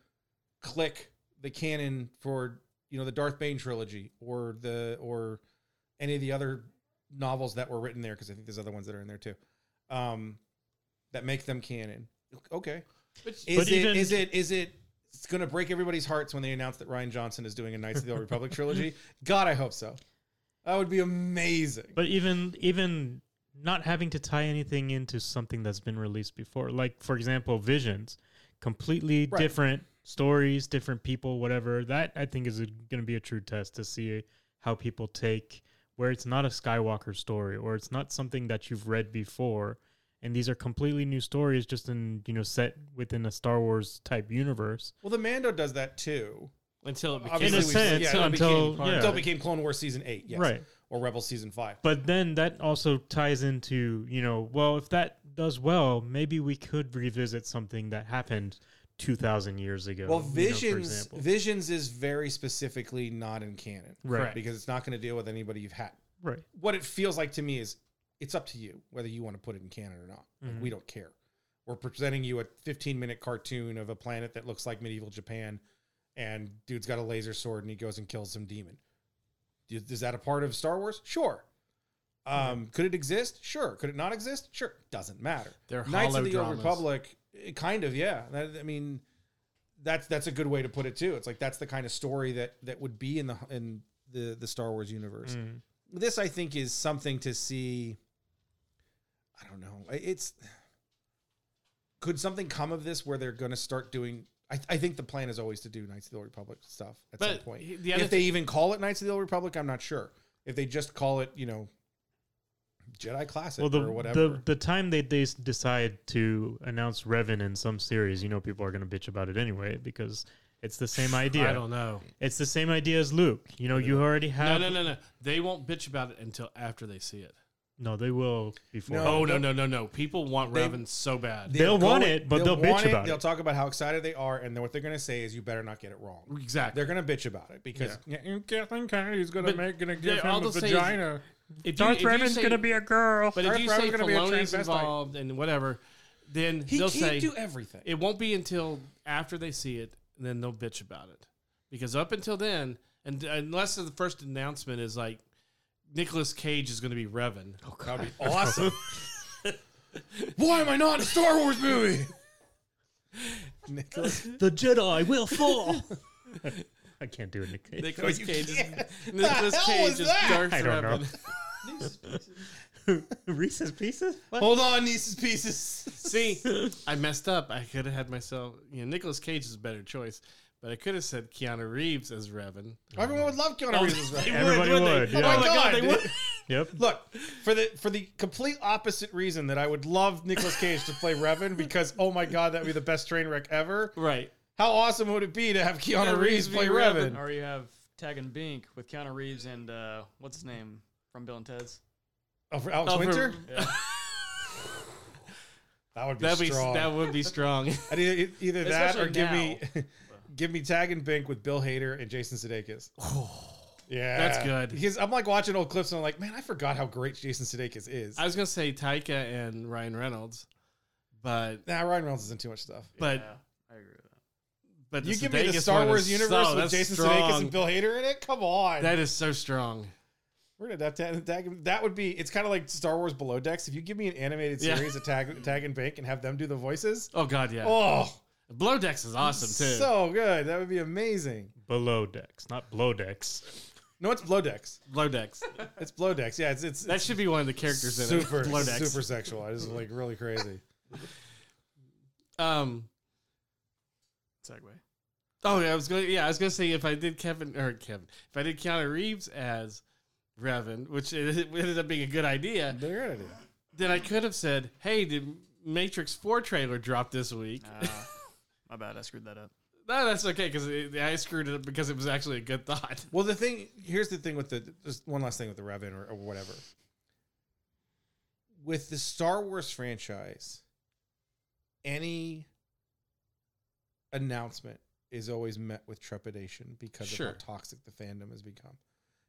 Speaker 2: click the canon for you know the Darth Bane trilogy or the or any of the other novels that were written there because I think there's other ones that are in there too um, that make them canon. Okay,
Speaker 1: Which,
Speaker 2: is it is
Speaker 4: even-
Speaker 2: it is it It's gonna break everybody's hearts when they announce that Ryan Johnson is doing a Knights of the Old Republic trilogy. God, I hope so. That would be amazing.
Speaker 4: But even even not having to tie anything into something that's been released before, like for example, Visions, completely
Speaker 2: Right.
Speaker 4: different stories, different people, whatever. That I think is going to be a true test to see how people take where it's not a Skywalker story or it's not something that you've read before, and these are completely new stories, just in you know set within a Star Wars type universe.
Speaker 2: well, the Mando does that too.
Speaker 1: until it
Speaker 2: Obviously,
Speaker 1: became
Speaker 4: in a
Speaker 2: we-
Speaker 4: sense,
Speaker 2: yeah, it
Speaker 4: until
Speaker 1: became part
Speaker 4: yeah.
Speaker 2: Until it became Clone Wars season eight, yes,
Speaker 4: right.
Speaker 2: or Rebel season five.
Speaker 4: But then that also ties into, you know, well, if that does well, maybe we could revisit something that happened 2,000 years ago.
Speaker 2: Well,
Speaker 4: you know, for
Speaker 2: Visions
Speaker 4: example.
Speaker 2: Visions is very specifically not in canon,
Speaker 4: Right.
Speaker 1: Correct.
Speaker 2: Because it's not going to deal with anybody you've had.
Speaker 4: right.
Speaker 2: What it feels like to me is it's up to you whether you want to put it in canon or not. Like,
Speaker 1: Mm-hmm.
Speaker 4: Mhm.
Speaker 2: we don't care. We're presenting you a 15 minute cartoon of a planet that looks like medieval Japan, and dude's got a laser sword and he goes and kills some demon. Is is that a part of Star Wars? Sure. Um, could it exist? Sure. Could it not exist? Sure. Doesn't matter.
Speaker 1: They're
Speaker 2: Knights of the
Speaker 1: holodramas.
Speaker 2: Old Republic, eh, kind of, yeah. That- I mean, that's that's a good way to put it too. It's like that's the kind of story that that would be in the in the the Star Wars universe.
Speaker 4: Mm.
Speaker 2: This I think is something to see. I don't know. I- It's could something come of this where they're going to start doing? I, I think the plan is always to do Knights of the Old Republic stuff at some
Speaker 1: But
Speaker 2: point.
Speaker 1: he- the other
Speaker 2: If they even call it Knights of the Old Republic, I'm not sure. If they just call it, you know, Jedi Classic
Speaker 4: Well, the,
Speaker 2: or whatever.
Speaker 4: the the time they, they s- decide to announce Revan in some series, you know, people are going to bitch about it anyway because it's the same
Speaker 1: I
Speaker 4: idea.
Speaker 1: don't know.
Speaker 4: It's the same idea as Luke. You know, you already
Speaker 1: No,
Speaker 4: have.
Speaker 1: no, no, no. They won't bitch about it until after they see it.
Speaker 4: No, they will before.
Speaker 2: No.
Speaker 1: Oh no, no, no, no! People want
Speaker 2: They-
Speaker 1: Revan so bad.
Speaker 4: They'll want it, but they'll bitch
Speaker 2: want
Speaker 4: about it.
Speaker 2: They'll talk about how excited they are, and then what they're going to say is, "You better not get it wrong."
Speaker 1: exactly.
Speaker 2: They're going to bitch about it because yeah. Kathleen Kennedy's going
Speaker 1: But
Speaker 2: make going to
Speaker 1: they- all they'll say is- If you- if you say-
Speaker 4: a girl.
Speaker 1: But if
Speaker 2: Darth
Speaker 1: you
Speaker 2: Revan's
Speaker 1: say
Speaker 2: gonna be a
Speaker 1: Filoni's
Speaker 2: transvestite.
Speaker 1: involved and whatever, then
Speaker 2: He
Speaker 1: they'll
Speaker 2: can't
Speaker 1: say
Speaker 2: do everything.
Speaker 1: it won't be until after they see it, and then they'll bitch about it. Because up until then, and unless the first announcement is like Nicolas Cage is going to be Revan,
Speaker 2: that would be awesome. Why am I not in a Star Wars movie? Nicholas,
Speaker 4: the Jedi will fall. I can't do it. Nick.
Speaker 1: Nicolas
Speaker 2: you
Speaker 1: Cage, is,
Speaker 2: can't. The
Speaker 1: Nicolas
Speaker 2: hell
Speaker 1: Cage
Speaker 2: was
Speaker 1: is
Speaker 2: that?
Speaker 1: Darth
Speaker 4: I don't know.
Speaker 1: Revan.
Speaker 4: Reese's Pieces? What?
Speaker 2: hold on, nieces pieces.
Speaker 1: See, I messed up. I could have had myself. You know, Nicolas Cage is a better choice, but I could have said Keanu Reeves as Revan.
Speaker 2: Everyone would love
Speaker 3: Oh,
Speaker 2: Keanu Reeves. as Revan.
Speaker 4: Everybody would,
Speaker 1: wouldn't they?
Speaker 4: yeah.
Speaker 1: Oh my god, they
Speaker 2: dude.
Speaker 1: would.
Speaker 4: Yep.
Speaker 2: Look, for the for the complete opposite reason that I would love Nicolas Cage to play Revan because oh my god, that'd be the best train wreck ever.
Speaker 1: Right.
Speaker 2: How awesome would it be to have Keanu
Speaker 3: Keanu
Speaker 2: Reeves
Speaker 3: be
Speaker 2: play Revan?
Speaker 3: Or you have Tag and Bink with Keanu Reeves and uh, what's his name from Bill and Ted's.
Speaker 2: Oh, for Alex
Speaker 1: Oh, for-
Speaker 2: Winter? That would be
Speaker 1: That'd be
Speaker 2: strong.
Speaker 1: that would be strong.
Speaker 2: I'd e- e- either that or
Speaker 3: Especially
Speaker 2: give me give me Tag and Bink with Bill Hader and Jason Sudeikis. Yeah,
Speaker 1: Oh, That's good.
Speaker 2: Because I'm like watching old clips and I'm like, man, I forgot how great Jason Sudeikis is.
Speaker 1: I was gonna say Taika and Ryan Reynolds, but
Speaker 2: nah, Ryan Reynolds is in too much stuff.
Speaker 1: but
Speaker 3: yeah, I agree with that.
Speaker 1: but
Speaker 2: You
Speaker 1: the
Speaker 2: give me the
Speaker 1: Sudeikis
Speaker 2: Star
Speaker 1: one
Speaker 2: Wars
Speaker 1: is
Speaker 2: universe
Speaker 1: so-
Speaker 2: with
Speaker 1: that's
Speaker 2: Jason Sudeikis
Speaker 1: strong.
Speaker 2: and Bill Hader in it. Come on,
Speaker 1: That is so strong.
Speaker 2: We're gonna have to have tag. That would be. It's kind of like Star Wars Below Decks. If you give me an animated
Speaker 1: Yeah.
Speaker 2: series of tag, tag and bank, and have them do the voices,
Speaker 1: Oh god, yeah.
Speaker 2: oh,
Speaker 1: Blow Dex is awesome too.
Speaker 2: so good. That would be amazing.
Speaker 4: Below decks, not blow decks.
Speaker 2: No, it's Below Decks.
Speaker 1: Blow Dex.
Speaker 2: It's Below Decks. Yeah, it's it's,
Speaker 1: That
Speaker 2: it's
Speaker 1: should be one of the characters in it.
Speaker 2: super
Speaker 1: Blow Dex.
Speaker 2: super sexual. I just like really crazy.
Speaker 1: Um.
Speaker 3: Segue.
Speaker 1: Oh, yeah, I was going. Yeah, I was going to say if I did Kevin or Kevin, if I did Keanu Reeves as Revan, which it, it ended up being a good idea,
Speaker 2: They're gonna do. it.
Speaker 1: then I could have said, "Hey, the Matrix Four trailer dropped this week."
Speaker 3: Uh, my bad, I screwed that up.
Speaker 1: No, that's okay because I screwed it up because it was actually a good thought.
Speaker 2: Well, the thing here's the thing with the just one last thing with the Revan or, or whatever. With the Star Wars franchise, any announcement is always met with trepidation because
Speaker 1: Sure.
Speaker 2: of how toxic the fandom has become.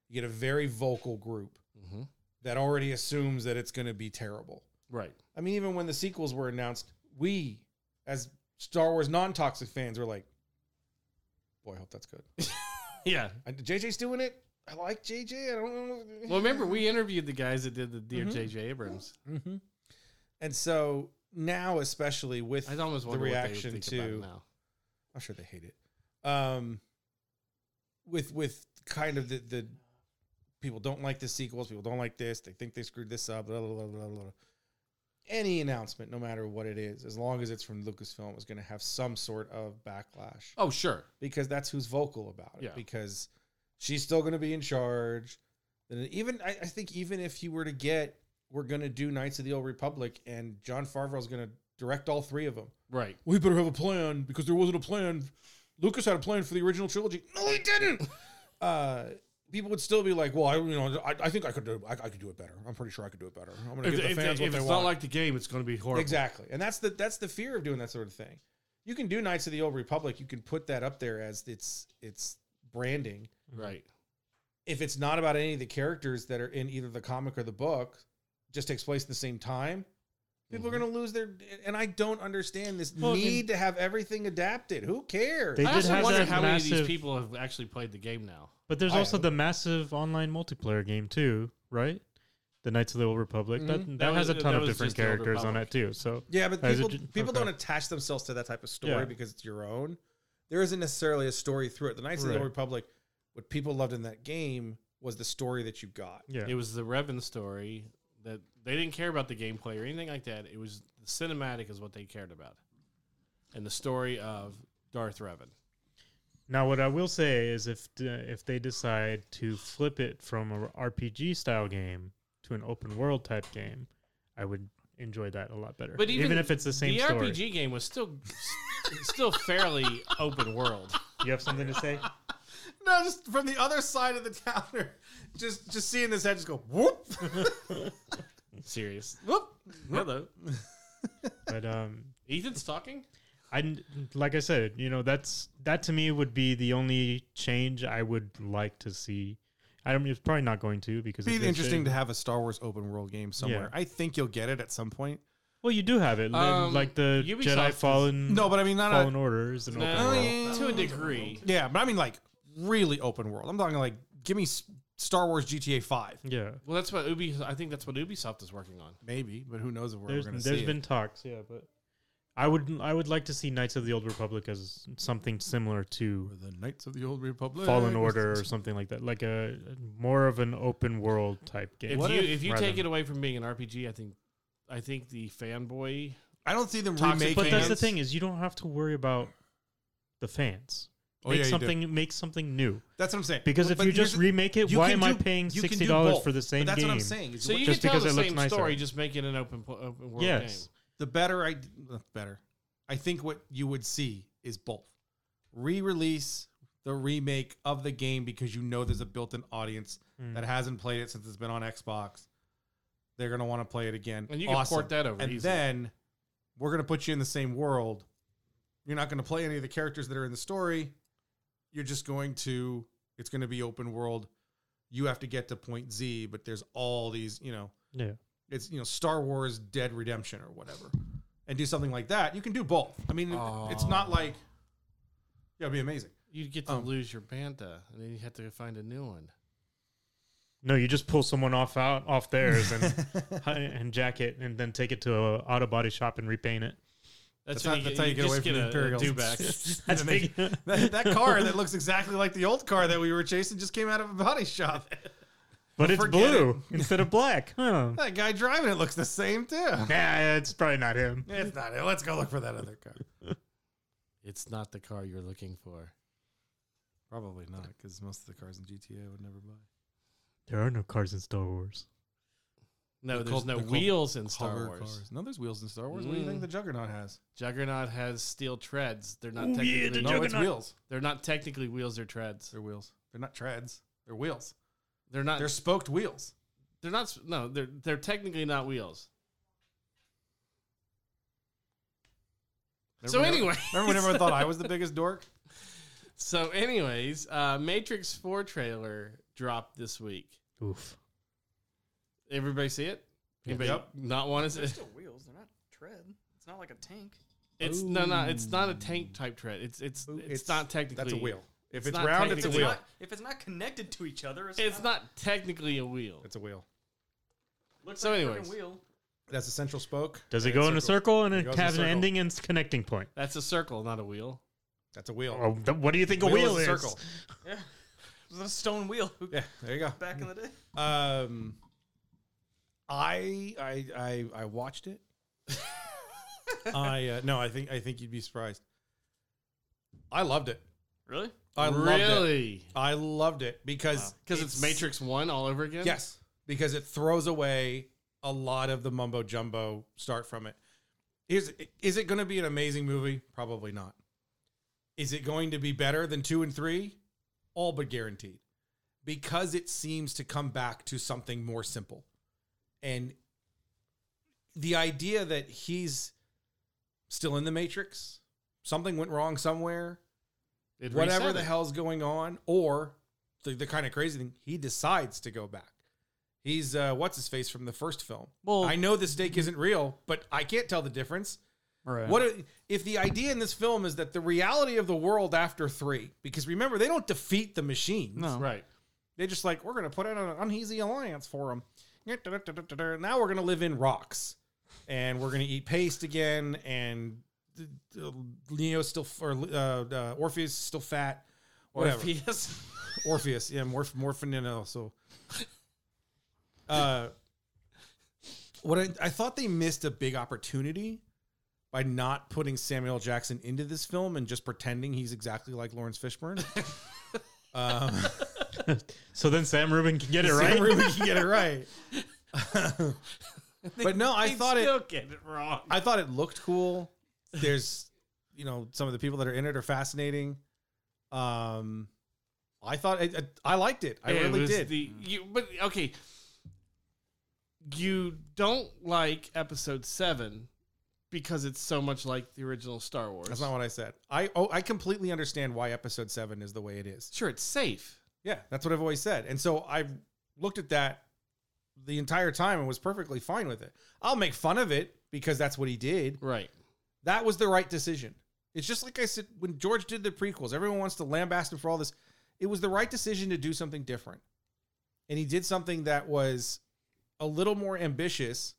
Speaker 2: You get a very vocal group
Speaker 1: Mm-hmm.
Speaker 2: that already assumes that it's going to be terrible.
Speaker 1: Right.
Speaker 2: I mean, even when the sequels were announced, we as Star Wars non-toxic fans were like, "Boy, I hope that's good."
Speaker 1: Yeah.
Speaker 2: I, JJ's doing it. I like JJ. I don't know.
Speaker 1: Well, remember we interviewed the guys that did the Dear
Speaker 2: Mhm.
Speaker 1: J.J. Abrams.
Speaker 2: hmm And so now, especially with
Speaker 1: I almost
Speaker 2: The
Speaker 1: wonder what they
Speaker 2: reaction
Speaker 1: think
Speaker 2: to-
Speaker 1: about it now.
Speaker 2: I'm sure they hate it. Um, with with kind of the, the people don't like the sequels, people don't like this, they think they screwed this up, blah blah blah blah blah. Any announcement, no matter what it is, as long as it's from Lucasfilm, is going to have some sort of backlash
Speaker 1: Oh, sure.
Speaker 2: because that's who's vocal about it.
Speaker 1: Yeah.
Speaker 2: Because she's still going to be in charge. And even I, I think even if you were to get, we're going to do Knights of the Old Republic, and John Favreau's going to direct all three of them.
Speaker 1: Right.
Speaker 2: We better have a plan because there wasn't a plan. Lucas had a plan for the original trilogy. No, he didn't. uh, people would still be like, "Well, I, you know, I, I think I could do, I, I could do it better. I'm pretty sure I could do it better. I'm going to
Speaker 1: If,
Speaker 2: give the
Speaker 1: if-
Speaker 2: fans
Speaker 1: if
Speaker 2: what they
Speaker 1: it's
Speaker 2: want."
Speaker 1: not like the game, it's going to be horrible.
Speaker 2: Exactly, and that's the that's the fear of doing that sort of thing. You can do Knights of the Old Republic. You can put that up there as its its branding.
Speaker 1: Right.
Speaker 2: If it's not about any of the characters that are in either the comic or the book, just takes place at the same time. People
Speaker 4: Mm-hmm.
Speaker 2: are going to lose their. And I don't understand this
Speaker 4: Well, I mean-
Speaker 2: need to have everything adapted. Who cares?
Speaker 4: They
Speaker 1: I
Speaker 4: did
Speaker 1: also
Speaker 4: have
Speaker 1: wonder
Speaker 4: that
Speaker 1: how many of
Speaker 4: massive-
Speaker 1: these people have actually played the game now.
Speaker 4: But there's
Speaker 2: I
Speaker 4: also
Speaker 2: hope.
Speaker 4: the massive online multiplayer game too, right? The Knights of the Old Republic. That, that,
Speaker 1: Mm-hmm. That
Speaker 4: has
Speaker 1: was-
Speaker 4: a ton
Speaker 1: that
Speaker 4: of
Speaker 1: was
Speaker 4: different
Speaker 1: just the Old
Speaker 4: characters on
Speaker 1: Republic.
Speaker 4: it too. So
Speaker 2: Yeah, but
Speaker 4: As a
Speaker 2: people,
Speaker 4: gen-
Speaker 2: people
Speaker 4: okay.
Speaker 2: don't attach themselves to that type of story
Speaker 4: Yeah.
Speaker 2: because it's your own. There isn't necessarily a story through it. The Knights of the
Speaker 4: Right.
Speaker 2: Old Republic, what people loved in that game was the story that you got.
Speaker 4: yeah,
Speaker 1: It was the Revan story that they didn't care about the gameplay or anything like that. It was the cinematic is what they cared about, and the story of Darth Revan.
Speaker 4: Now, what I will say is, if uh, if they decide to flip it from a RPG style game to an open world type game, I would enjoy that a lot better.
Speaker 1: But even
Speaker 4: if it's the same
Speaker 1: the
Speaker 4: story,
Speaker 1: RPG game was still still fairly open world.
Speaker 4: you have something to say?
Speaker 2: No, just from the other side of the counter, just just seeing this head just go whoop,
Speaker 1: Serious.
Speaker 2: whoop.
Speaker 1: Hello,
Speaker 4: But um,
Speaker 1: Ethan's talking.
Speaker 4: I like I said, you know, that's that to me would be the only change I would like to see. I don't. It's probably not going to because
Speaker 2: It'd
Speaker 4: it's
Speaker 2: be interesting to have a Star Wars open world game somewhere.
Speaker 4: Yeah.
Speaker 2: I think you'll get it at some point.
Speaker 4: Well, you do have it, li-
Speaker 1: Um,
Speaker 4: like the
Speaker 1: Ubisoft
Speaker 4: Jedi
Speaker 1: is-
Speaker 4: Fallen.
Speaker 2: No, but I mean not
Speaker 4: Mm-hmm. Fallen
Speaker 2: a,
Speaker 4: Order is an open
Speaker 1: No,
Speaker 4: world.
Speaker 2: yeah.
Speaker 1: to a degree.
Speaker 2: yeah, but I mean like really open world. I'm talking like give me S- Star Wars GTA Five,
Speaker 4: Yeah,
Speaker 1: Well, that's what Ubi. I think that's what Ubisoft is working on.
Speaker 2: maybe, but who knows if we're
Speaker 4: there's
Speaker 2: going to see
Speaker 4: there's
Speaker 2: it.
Speaker 4: been talks, yeah, but I would I would like to see Knights of the Old Republic as something similar to
Speaker 2: the Knights of the Old Republic.
Speaker 4: Fallen Order or something like that, like a more of an open world type game.
Speaker 1: If you
Speaker 4: Rather
Speaker 1: if you take it
Speaker 4: than-
Speaker 1: away from being an RPG, I think I think the fanboy.
Speaker 2: I don't see them
Speaker 1: Toxic
Speaker 2: remaking.
Speaker 4: but that's the
Speaker 1: fans-
Speaker 4: thing is you don't have to worry about the fans.
Speaker 2: Oh,
Speaker 4: make
Speaker 2: yeah, you do.
Speaker 4: something make something new
Speaker 2: That's what I'm saying.
Speaker 4: because if
Speaker 2: But
Speaker 4: you
Speaker 2: here's
Speaker 4: just
Speaker 2: the-
Speaker 4: remake it,
Speaker 2: you
Speaker 4: why
Speaker 2: can
Speaker 4: am I
Speaker 2: do-
Speaker 4: paying
Speaker 2: you can do
Speaker 4: sixty dollars
Speaker 2: both,
Speaker 4: for the
Speaker 2: but
Speaker 4: same
Speaker 2: that's
Speaker 4: game?
Speaker 2: what I'm saying. is
Speaker 1: So you
Speaker 4: Just
Speaker 1: can tell
Speaker 4: because
Speaker 1: the
Speaker 4: it looks
Speaker 1: same
Speaker 4: nicer.
Speaker 1: story, just make it an open po- open world
Speaker 4: Yes.
Speaker 2: the better I the better. I think what you would see is both re-release the remake of the game because you know there's a built-in audience
Speaker 1: Hmm.
Speaker 4: Mm.
Speaker 2: that hasn't played it since it's been on Xbox. They're gonna want to play it again,
Speaker 1: game, and you can
Speaker 2: Awesome.
Speaker 1: port that over.
Speaker 2: And
Speaker 1: easily.
Speaker 2: then we're gonna put you in the same world. You're not gonna play any of the characters that are in the story. You're just going to. It's gonna be open world. You have to get to point Z, but there's all these, you know,
Speaker 4: Yeah,
Speaker 2: it's you know Star Wars Dead Redemption or whatever, and do something like that. You can do both. I mean, it's not like yeah, it'd be amazing.
Speaker 1: you get to
Speaker 2: Um,
Speaker 1: lose your banda, and then you have to find a new one.
Speaker 4: no, you just pull someone off out off theirs and and jack it, and then take it to a auto body shop and repaint it.
Speaker 1: That's,
Speaker 2: That's how-
Speaker 1: when
Speaker 2: that's how you get away
Speaker 1: just
Speaker 2: from the
Speaker 1: a- a
Speaker 2: Imperials.
Speaker 1: do-back.
Speaker 4: That's big.
Speaker 2: That, that car that looks exactly like the old car that we were chasing just came out of a body shop.
Speaker 4: but it's
Speaker 2: Forget
Speaker 4: blue instead of black. Huh?
Speaker 2: That guy driving it looks the same too.
Speaker 4: Nah, it's probably not him.
Speaker 2: It's not it. Let's go look for that other car.
Speaker 1: it's not the car you're looking for.
Speaker 2: Probably not, because most of the cars in GTA I would never buy.
Speaker 4: There are no cars in Star Wars.
Speaker 1: No,
Speaker 2: They're
Speaker 1: there's
Speaker 2: called-
Speaker 1: no
Speaker 2: they're called
Speaker 1: wheels in Star Wars.
Speaker 2: No, there's wheels in Star Wars. What do you think
Speaker 1: Mm.
Speaker 2: the Juggernaut has?
Speaker 1: Juggernaut has steel treads. They're not
Speaker 4: Ooh, yeah,
Speaker 1: technically no,
Speaker 4: the
Speaker 2: No, it's
Speaker 4: Juggernaut.
Speaker 2: wheels.
Speaker 1: they're not technically wheels. They're treads.
Speaker 2: They're wheels. They're not treads. They're wheels.
Speaker 1: They're not.
Speaker 2: They're
Speaker 1: They're,
Speaker 2: spoked wheels.
Speaker 1: not. s- No, they're they're technically not wheels. So
Speaker 2: Remember-
Speaker 1: anyway,
Speaker 2: Remember when everyone thought I was the biggest dork?
Speaker 1: so anyways, uh, Matrix Four trailer dropped this week.
Speaker 4: Oof.
Speaker 1: Everybody see it? Anybody
Speaker 2: Yep.
Speaker 1: not want to
Speaker 3: They're
Speaker 1: see?
Speaker 3: still wheels. They're not tread. It's not like a tank.
Speaker 1: It's no, no. It's not a tank type tread. It's it's
Speaker 2: Ooh,
Speaker 1: it's, not technically.
Speaker 2: That's a wheel. If
Speaker 1: it's
Speaker 2: it's,
Speaker 1: not
Speaker 2: round, it's
Speaker 1: It's
Speaker 2: a
Speaker 1: technically-
Speaker 2: wheel.
Speaker 3: not- if it's not connected to each other, it's,
Speaker 1: It's not technically a wheel.
Speaker 2: It's a wheel.
Speaker 3: Looks
Speaker 1: So
Speaker 3: like a
Speaker 1: anyways.
Speaker 3: freaking wheel.
Speaker 2: That's a central spoke.
Speaker 4: Does it
Speaker 2: And
Speaker 4: go in a circle and
Speaker 2: It
Speaker 4: it
Speaker 2: goes in a
Speaker 4: has an
Speaker 2: circle.
Speaker 4: ending and s- connecting point?
Speaker 1: That's a circle, not a wheel.
Speaker 2: That's a wheel.
Speaker 4: Oh, th- what do you think a wheel is?
Speaker 2: a circle.
Speaker 3: Yeah. It was a stone wheel
Speaker 2: Yeah, there you go.
Speaker 3: back in the day.
Speaker 2: Um, I I I I watched it. I uh, no, I think I think you'd be surprised. I loved it.
Speaker 3: Really?
Speaker 2: I loved it.
Speaker 1: really?
Speaker 2: I loved it because
Speaker 1: Because it's, Matrix One all over again.
Speaker 2: Yes, because it throws away a lot of the mumbo jumbo. Start from it. Is is it going to be an amazing movie? Probably not. Is it going to be better than two and three? All but guaranteed, because it seems to come back to something more simple, and the idea that he's still in the matrix, something went wrong somewhere,
Speaker 1: It
Speaker 2: whatever
Speaker 1: reset
Speaker 2: the
Speaker 1: it.
Speaker 2: hell's going on, or the, the kind of crazy thing, he decides to go back. He's uh, what's his face from the first film.
Speaker 3: Well-
Speaker 2: I know this dick isn't real, but I can't tell the difference.
Speaker 3: Right.
Speaker 2: What if- if the idea in this film is that the reality of the world after three? Because remember, they don't defeat the machines.
Speaker 3: No.
Speaker 1: Right.
Speaker 2: They just like we're going to put in an uneasy alliance for them. Now we're going to live in rocks, and we're going to eat paste again. And uh, Leo's still or uh, uh, Orpheus is still fat. Whatever.
Speaker 1: Orpheus.
Speaker 2: Orpheus, yeah, Morph Morphin and also. Uh, what I, I thought they missed a big opportunity by not putting Samuel L. Jackson into this film and just pretending he's exactly like Lawrence Fishburne. um,
Speaker 4: So then Sam Rubin can get it
Speaker 2: Sam
Speaker 4: right.
Speaker 2: Rubin can get it right. but no, I thought it.
Speaker 1: Still get it wrong.
Speaker 2: I thought it looked cool. There's, you know, some of the people that are in it are fascinating. Um, I thought I, I, I liked it. I
Speaker 1: Yeah, it
Speaker 2: really
Speaker 1: was
Speaker 2: did.
Speaker 1: The, you, but okay, you don't like Episode Seven because it's so much like the original Star Wars.
Speaker 2: That's not what I said. I oh, I completely understand why episode seven is the way it is.
Speaker 1: sure, it's safe.
Speaker 2: Yeah, that's what I've always said. And so I looked at that the entire time and was perfectly fine with it. I'll make fun of it because that's what he did.
Speaker 1: Right.
Speaker 2: That was the right decision. It's just like I said when George did the prequels, everyone wants to lambaste him for all this. It was the right decision to do something different. And he did something that was a little more ambitious,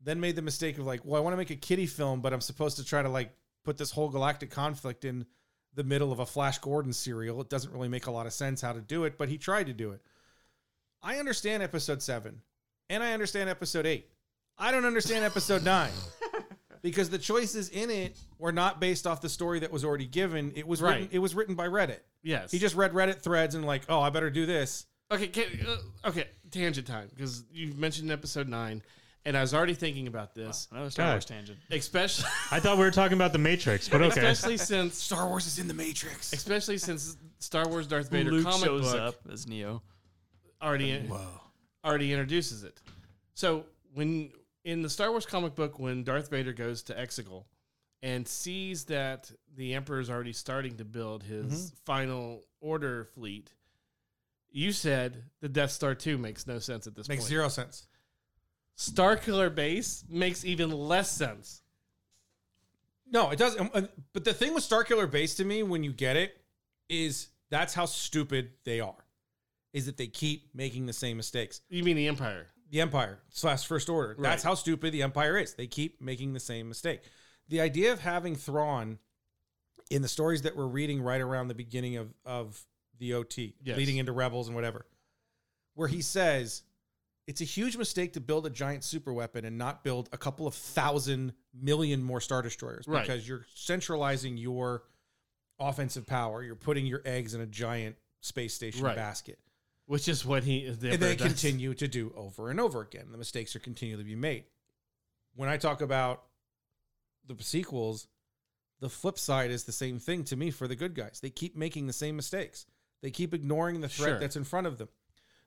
Speaker 2: then made the mistake of like, well, I want to make a kiddie film, but I'm supposed to try to like put this whole galactic conflict in the middle of a Flash Gordon serial. It doesn't really make a lot of sense how to do it, but he tried to do it. I understand episode seven, and I understand episode eight. I don't understand episode nine because the choices in it were not based off the story that was already given. It was written,
Speaker 1: Right.
Speaker 2: it was written by Reddit.
Speaker 1: Yes.
Speaker 2: He just read Reddit threads and like, oh, I better do this.
Speaker 1: okay. Can, uh, okay. Tangent time because you mentioned Episode Nine, and I was already thinking about this,
Speaker 3: Another Star Wars
Speaker 4: God.
Speaker 3: tangent.
Speaker 1: especially
Speaker 4: I thought we were talking about the Matrix, but okay.
Speaker 1: especially since
Speaker 2: Star Wars is in the Matrix.
Speaker 1: especially since Star Wars Darth Vader
Speaker 3: Luke
Speaker 1: comic
Speaker 3: shows
Speaker 1: book
Speaker 3: up as Neo.
Speaker 1: already already introduces it. So when in the Star Wars comic book, when Darth Vader goes to Exegol and sees that the Emperor is already starting to build his
Speaker 3: Mm-hmm.
Speaker 1: final order fleet, you said the Death Star two makes no sense at this
Speaker 2: Makes
Speaker 1: point.
Speaker 2: zero sense.
Speaker 1: Star Killer Base makes even less sense.
Speaker 2: No, it doesn't. Um, But the thing with Starkiller Base to me, when you get it, is that's how stupid they are. Is that they keep making the same mistakes.
Speaker 1: You mean the Empire?
Speaker 2: The Empire slash First Order. That's
Speaker 1: Right.
Speaker 2: how stupid the Empire is. They keep making the same mistake. The idea of having Thrawn in the stories that we're reading right around the beginning of, of the OT,
Speaker 1: Yes.
Speaker 2: leading into Rebels and whatever, where he says, it's a huge mistake to build a giant super weapon and not build a couple of thousand million more star destroyers
Speaker 1: Right.
Speaker 2: because you're centralizing your offensive power. You're putting your eggs in a giant space station
Speaker 1: Right.
Speaker 2: basket.
Speaker 1: Which is what he the
Speaker 2: and they
Speaker 1: Emperor does.
Speaker 2: continue to do over and over again. The mistakes are continually being made. When I talk about the sequels, the flip side is the same thing to me for the good guys. They keep making the same mistakes. They keep ignoring the threat
Speaker 1: Sure.
Speaker 2: that's in front of them.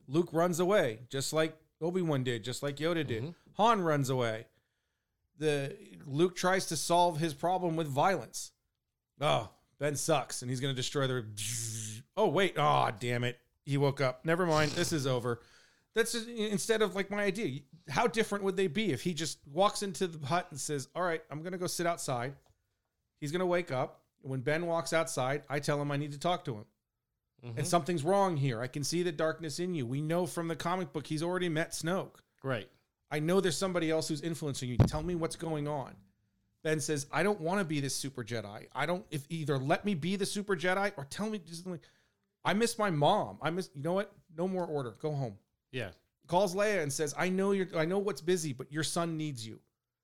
Speaker 2: Luke runs away, just like Obi Wan did, just like Yoda did.
Speaker 1: Mhm.
Speaker 2: Han runs away. The Luke tries to solve his problem with violence. Oh, Ben sucks, and he's going to destroy the. Oh wait, oh damn it, he woke up. Never mind, this is over. That's just, instead of like my idea. How different would they be if he just walks into the hut and says, "All right, I'm going to go sit outside." He's going to wake up. When Ben walks outside, I tell him I need to talk to him and something's wrong here. I can see the darkness in you. We know from the comic book he's already met Snoke.
Speaker 1: Right.
Speaker 2: I know there's somebody else who's influencing you. Tell me what's going on. Ben says, I don't want to be this super Jedi. I don't, if either let me be the super Jedi or tell me, just like, I miss my mom. I miss, you know what? No more order. Go home.
Speaker 1: Yeah.
Speaker 2: Calls Leia and says, I know you're, I know what's busy, but your son needs you.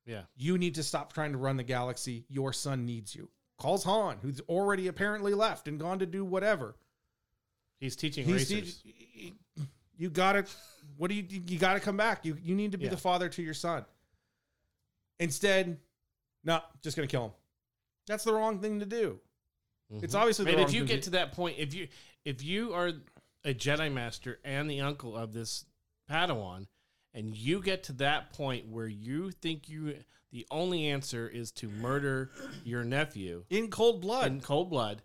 Speaker 1: Yeah.
Speaker 2: You need to stop trying to run the galaxy. Your son needs you. Calls Han, who's already apparently left and gone to do whatever.
Speaker 1: He's teaching
Speaker 2: He's-
Speaker 1: racers.
Speaker 2: he- you gotta what do you you gotta come back you you need to be
Speaker 1: Yeah.
Speaker 2: the father to your son instead no just gonna kill him that's the wrong thing to do it's obviously the
Speaker 1: Mm-hmm. Man,
Speaker 2: wrong
Speaker 1: if you
Speaker 2: thing
Speaker 1: get to that point, if you if you are a Jedi Master and the uncle of this Padawan, and you get to that point where you think you the only answer is to murder your nephew
Speaker 2: in cold blood
Speaker 1: in cold blood,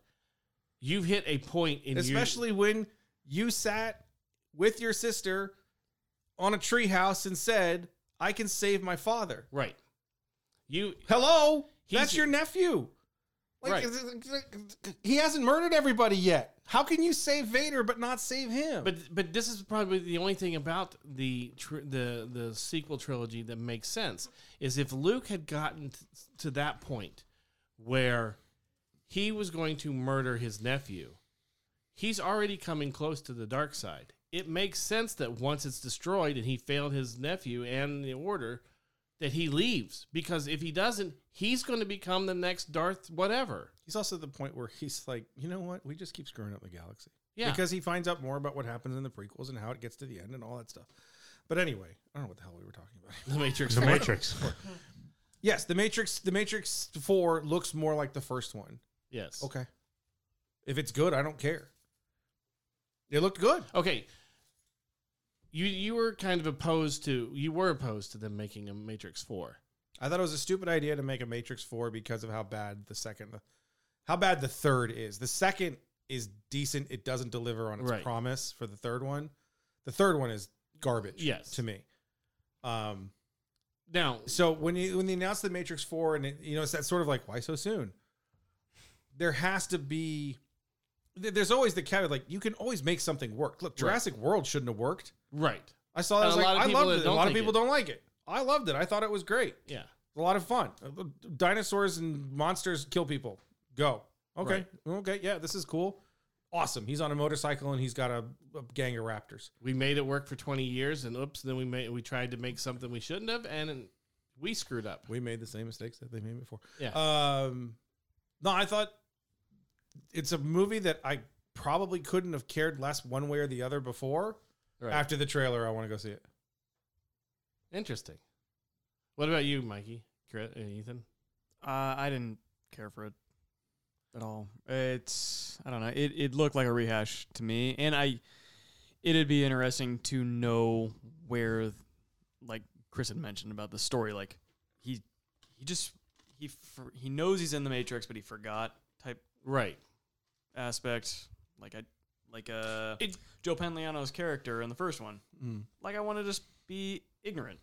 Speaker 1: you've hit a point in your-
Speaker 2: especially when you sat with your sister on a treehouse and said i can save my father
Speaker 1: right. You
Speaker 2: hello
Speaker 1: He's-
Speaker 2: that's your nephew
Speaker 1: Right.
Speaker 2: is it- he hasn't murdered everybody yet how can you save vader but not save him
Speaker 1: But but this is probably the only thing about the tr- the the sequel trilogy that makes sense is if Luke had gotten t- to that point where he was going to murder his nephew, he's already coming close to the dark side. It makes sense that once it's destroyed and he failed his nephew and the order, that he leaves because if he doesn't, he's going to become the next Darth whatever.
Speaker 2: He's also at the point where he's like, you know what? We just keep screwing up the galaxy.
Speaker 1: Yeah.
Speaker 2: Because he finds out more about what happens in the prequels and how it gets to the end and all that stuff. But anyway, I don't know what the hell we were talking about.
Speaker 1: The Matrix.
Speaker 4: The Matrix.
Speaker 2: yes, the Matrix the Matrix 4 looks more like the first one.
Speaker 1: Yes.
Speaker 2: Okay. If it's good, I don't care. It looked good.
Speaker 1: Okay. You you were kind of opposed to you were opposed to them making a Matrix Four.
Speaker 2: I thought it was a stupid idea to make a Matrix 4 because of how bad the second how bad the third is. The second is decent. It doesn't deliver on its
Speaker 1: Right.
Speaker 2: promise for the third one. The third one is garbage
Speaker 1: Yes.
Speaker 2: to me. Um
Speaker 1: Now,
Speaker 2: so when you when they announced the Matrix 4 and it, you know it's that sort of like why so soon? There has to be th- there's always the caveat like you can always make something work. Look, Jurassic World shouldn't have worked.
Speaker 1: right?
Speaker 2: I saw that
Speaker 1: And
Speaker 2: I was
Speaker 1: a
Speaker 2: like
Speaker 1: lot of
Speaker 2: I
Speaker 1: people that
Speaker 2: loved it. A
Speaker 1: don't
Speaker 2: lot of
Speaker 1: like
Speaker 2: people
Speaker 1: it.
Speaker 2: don't like it. I loved it. I thought it was great
Speaker 1: Yeah.
Speaker 2: a lot of fun. Uh, Dinosaurs and monsters kill people. Go. Okay. Okay. Yeah, this is cool. Awesome. He's on a motorcycle and he's got a, a gang of raptors.
Speaker 1: We made it work for twenty years, and oops, then we made we tried to make something we shouldn't have, and, and we screwed up.
Speaker 2: We made the same mistakes that they made before.
Speaker 1: Yeah.
Speaker 2: Um, no, I thought it's a movie that I probably couldn't have cared less one way or the other before.
Speaker 1: Right.
Speaker 2: After the trailer, I want to go see it.
Speaker 1: Interesting. What about you, Mikey, Chris, uh, Ethan?
Speaker 3: Uh, I didn't care for it at all. It's I don't know. It it looked like a rehash to me, and I it'd be interesting to know where, like Chris had mentioned about the story. Like he he just he for, he knows he's in the Matrix, but he forgot type
Speaker 1: Right.
Speaker 3: aspect. Like I like uh
Speaker 1: It-
Speaker 3: Joe Panliano's character in the first one.
Speaker 2: Hmm.
Speaker 3: Like I want to just be ignorant.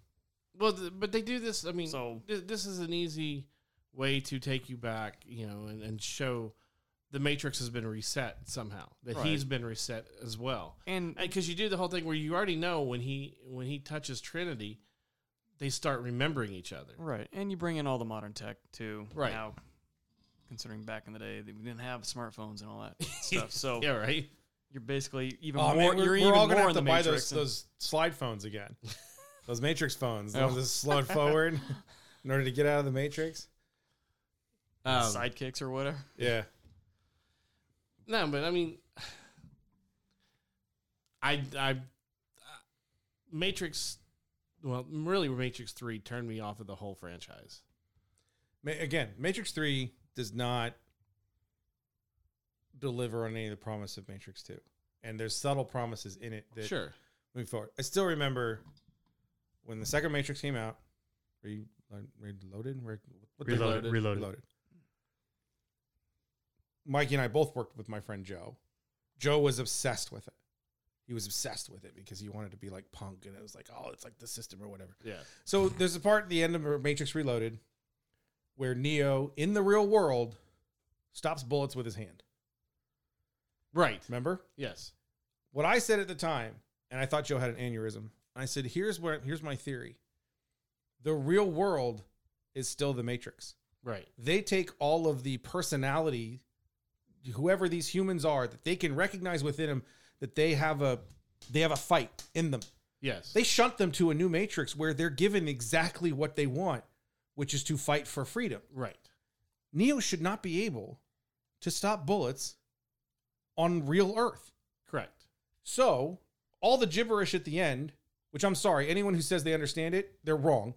Speaker 1: Well, th- but they do this. I mean,
Speaker 3: So-
Speaker 1: thi- this is an easy way to take you back, you know, and, and show the Matrix has been reset somehow. That
Speaker 3: Right.
Speaker 1: he's been reset as well.
Speaker 3: And
Speaker 1: because you do the whole thing where you already know when he when he touches Trinity, they start remembering each other.
Speaker 3: Right, and you bring in all the modern tech too.
Speaker 1: Right.
Speaker 3: now, considering back in the day that we didn't have smartphones and all that stuff, so
Speaker 1: Yeah, right.
Speaker 3: you're basically even
Speaker 2: Oh,
Speaker 3: more.
Speaker 2: man, we're,
Speaker 3: you're
Speaker 2: we're
Speaker 3: even
Speaker 2: all
Speaker 3: more
Speaker 2: gonna have
Speaker 3: in
Speaker 2: to
Speaker 3: the
Speaker 2: buy
Speaker 3: Matrix
Speaker 2: those,
Speaker 3: and-
Speaker 2: those slide phones again. those Matrix phones. The
Speaker 3: Oh.
Speaker 2: ones that slowed forward in order to get out of the Matrix.
Speaker 1: Um,
Speaker 3: sidekicks or whatever.
Speaker 2: Yeah.
Speaker 1: no, but I mean, I I uh, Matrix. Well, really, Matrix Three turned me off of the whole franchise.
Speaker 2: Ma- again, Matrix Three does not deliver on any of the promise of Matrix Two, and there's subtle promises in it that
Speaker 1: Sure.
Speaker 2: move forward. I still remember when the second Matrix came out, re- reloaded, re- what the-
Speaker 1: Reloaded.
Speaker 4: Reloaded. Reloaded.
Speaker 2: reloaded. Mikey and I both worked with my friend Joe. Joe was obsessed with it. He was obsessed with it because he wanted to be like punk, and it was like, oh, it's like the system or whatever.
Speaker 1: Yeah.
Speaker 2: So there's a part at the end of Matrix Reloaded where Neo in the real world stops bullets with his hand.
Speaker 1: Right.
Speaker 2: Remember?
Speaker 1: Yes.
Speaker 2: What I said at the time, and I thought Joe had an aneurysm. I said, here's where here's my theory. The real world is still the Matrix.
Speaker 1: Right.
Speaker 2: they take all of the personality, whoever these humans are, that they can recognize within them that they have a they have a fight in them.
Speaker 1: Yes.
Speaker 2: They shunt them to a new matrix where they're given exactly what they want, which is to fight for freedom.
Speaker 1: right.
Speaker 2: Neo should not be able to stop bullets on real Earth.
Speaker 1: Correct.
Speaker 2: So all the gibberish at the end, which I'm sorry, anyone who says they understand it, they're wrong.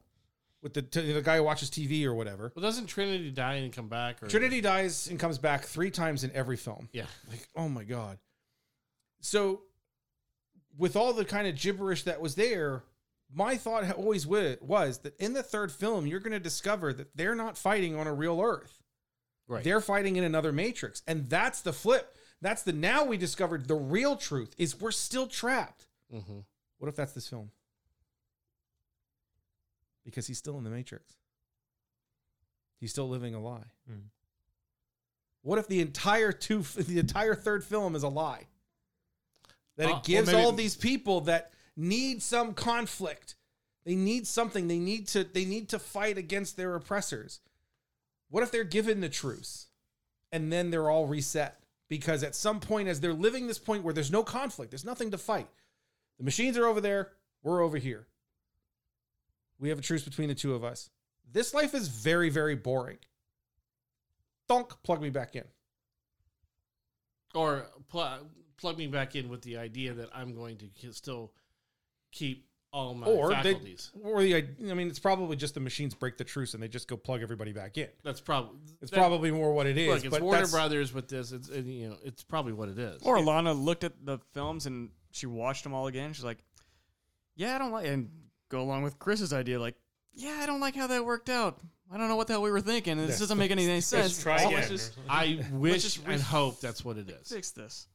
Speaker 2: With the t- the guy who watches TV or whatever,
Speaker 1: Well, doesn't Trinity die and come back? Or,
Speaker 2: Trinity dies and comes back three times in every film.
Speaker 1: Yeah.
Speaker 2: Like, oh my god. So, with all the kind of gibberish that was there, my thought ha- always wa- was that in the third film, you're going to discover that they're not fighting on a real Earth.
Speaker 1: Right.
Speaker 2: They're fighting in another matrix. And that's the flip. That's the now we discovered the real truth is we're still trapped.
Speaker 1: hmm
Speaker 2: What if that's this film? Because he's still in the Matrix. He's still living a lie.
Speaker 4: Hmm.
Speaker 2: What if the entire two, the entire third film is a lie? That
Speaker 1: Uh, well,
Speaker 2: it gives
Speaker 1: maybe-
Speaker 2: all these people that need some conflict. They need something. They need to. They need to fight against their oppressors. What if they're given the truce, and then they're all reset? Because at some point, as they're living this point where there's no conflict, there's nothing to fight. The machines are over there. We're over here. We have a truce between the two of us. This life is very, very boring. Thunk, plug me back in.
Speaker 1: Or pl- plug me back in with the idea that I'm going to ki- still keep all my
Speaker 2: or they,
Speaker 1: faculties.
Speaker 2: or the, I mean, it's probably just the machines break the truce and they just go plug everybody back in.
Speaker 1: That's probably.
Speaker 2: It's probably more what it is.
Speaker 1: Look, it's
Speaker 2: but
Speaker 1: Warner
Speaker 2: that's-
Speaker 1: Brothers with this. It's and, you know, it's probably what it is.
Speaker 3: Or Lana looked at the films and she watched them all again. She's like, "Yeah, I don't like," and go along with Chris's idea, like, "Yeah, I don't like how that worked out. I don't know what the hell we were thinking. and This doesn't make any sense.
Speaker 4: try
Speaker 3: Let's
Speaker 4: again
Speaker 3: just
Speaker 4: or something.
Speaker 1: I wish
Speaker 3: just re-
Speaker 1: and hope that's what it is.
Speaker 3: Fix this.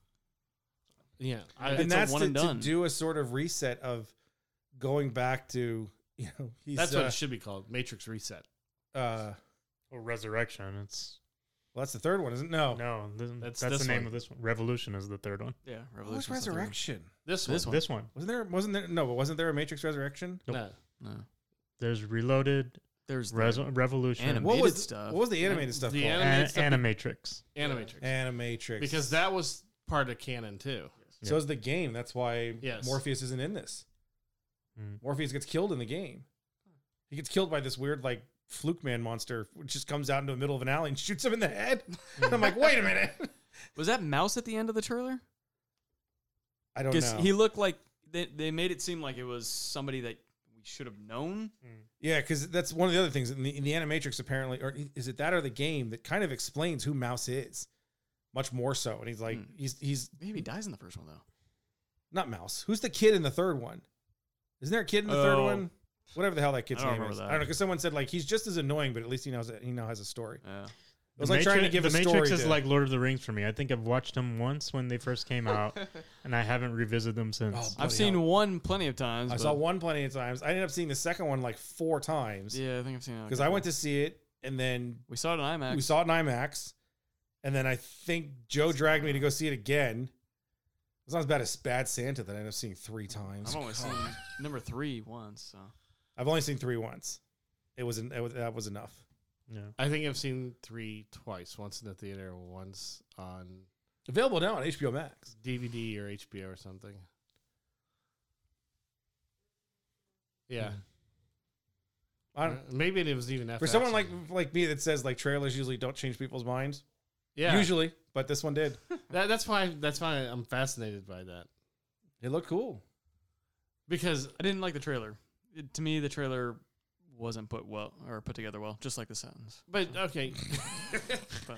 Speaker 1: Yeah,
Speaker 2: and
Speaker 1: I,
Speaker 3: It's a
Speaker 2: that's
Speaker 3: one
Speaker 2: to,
Speaker 3: and
Speaker 2: to
Speaker 3: done.
Speaker 2: do a sort of reset of going back to, you know, he's,
Speaker 1: that's
Speaker 2: uh,
Speaker 1: what it should be called. Matrix Reset.
Speaker 2: uh,
Speaker 4: Or resurrection. It's
Speaker 2: well, that's the third one, isn't it? No.
Speaker 4: no. th-
Speaker 1: That's
Speaker 4: that's
Speaker 1: this
Speaker 4: the name
Speaker 1: one.
Speaker 4: of this one. Revolution is the third one.
Speaker 3: Yeah,
Speaker 2: What was
Speaker 3: Revolution.
Speaker 2: Resurrection?
Speaker 1: This one.
Speaker 3: This one.
Speaker 4: This one.
Speaker 2: Wasn't there, wasn't there, no, but wasn't there a Matrix Resurrection?
Speaker 1: No.
Speaker 3: No,
Speaker 4: There's Reloaded,
Speaker 3: there's the
Speaker 4: Res- Revolution,
Speaker 3: Anima-
Speaker 2: What
Speaker 3: Animated
Speaker 2: was,
Speaker 3: stuff.
Speaker 2: what was the animated stuff
Speaker 1: The
Speaker 2: called?
Speaker 1: anim-
Speaker 4: An-
Speaker 1: Animates the- Animatrix.
Speaker 4: Animatrix.
Speaker 2: Animatrix.
Speaker 1: Because that was part of canon too.
Speaker 2: so is the game. That's why
Speaker 1: Yes.
Speaker 2: Morpheus isn't in this.
Speaker 4: Mm.
Speaker 2: Morpheus gets killed in the game. He gets killed by this weird like fluke man monster, which just comes out into the middle of an alley and shoots him in the head. And I'm like, wait a minute.
Speaker 3: was that mouse at the end of the trailer?
Speaker 2: I don't
Speaker 3: Because
Speaker 2: know.
Speaker 3: he looked like they, they made it seem like it was somebody that we should have known.
Speaker 2: yeah, because that's one of the other things in the, in the Animatrix apparently, or is it that or the game that kind of explains who Mouse is, much more so. And he's like,
Speaker 3: Mm.
Speaker 2: he's he's
Speaker 3: Maybe he dies in the first one though.
Speaker 2: not Mouse. Who's the kid in the third one? Isn't there a kid in the third
Speaker 3: Oh.
Speaker 2: one? Whatever the hell that kid's
Speaker 3: I don't
Speaker 2: name
Speaker 3: remember
Speaker 2: is.
Speaker 3: that.
Speaker 2: I don't know because someone said like he's just as annoying, but at least he knows that he now has a story.
Speaker 3: Yeah.
Speaker 2: It was like trying to give
Speaker 4: the
Speaker 2: a
Speaker 4: Matrix
Speaker 2: story
Speaker 4: is
Speaker 2: to-
Speaker 4: like Lord of the Rings for me. I think I've watched them once when they first came out, and I haven't revisited them since.
Speaker 2: Bloody
Speaker 3: I've seen
Speaker 2: hell.
Speaker 3: one plenty of times.
Speaker 2: I
Speaker 3: but-
Speaker 2: saw one plenty of times. I ended up seeing the second one like four times
Speaker 3: Yeah, I think I've seen it.
Speaker 2: because I went to see it and then
Speaker 3: We saw it in IMAX.
Speaker 2: we saw it in IMAX, and then I think Joe dragged me to go see it again. It's not as bad as Bad Santa that I ended up seeing three times.
Speaker 3: I've only seen number three once. So
Speaker 2: I've only seen three once. It was, an, it was that was enough.
Speaker 4: yeah.
Speaker 1: I think I've seen three twice. Once in the theater, once on
Speaker 2: Available now on HBO Max.
Speaker 1: DVD or HBO or something. Yeah,
Speaker 2: Hmm. I don't,
Speaker 1: Uh, maybe it was even FX
Speaker 2: for someone like like me that says like trailers usually don't change people's minds.
Speaker 1: yeah.
Speaker 2: Usually, but this one did.
Speaker 1: That, that's why that's why I'm fascinated by that
Speaker 2: It looked cool.
Speaker 1: because
Speaker 3: I didn't like the trailer. It, to me, the trailer wasn't put well or put together well, just like the sentence.
Speaker 1: but okay,
Speaker 3: But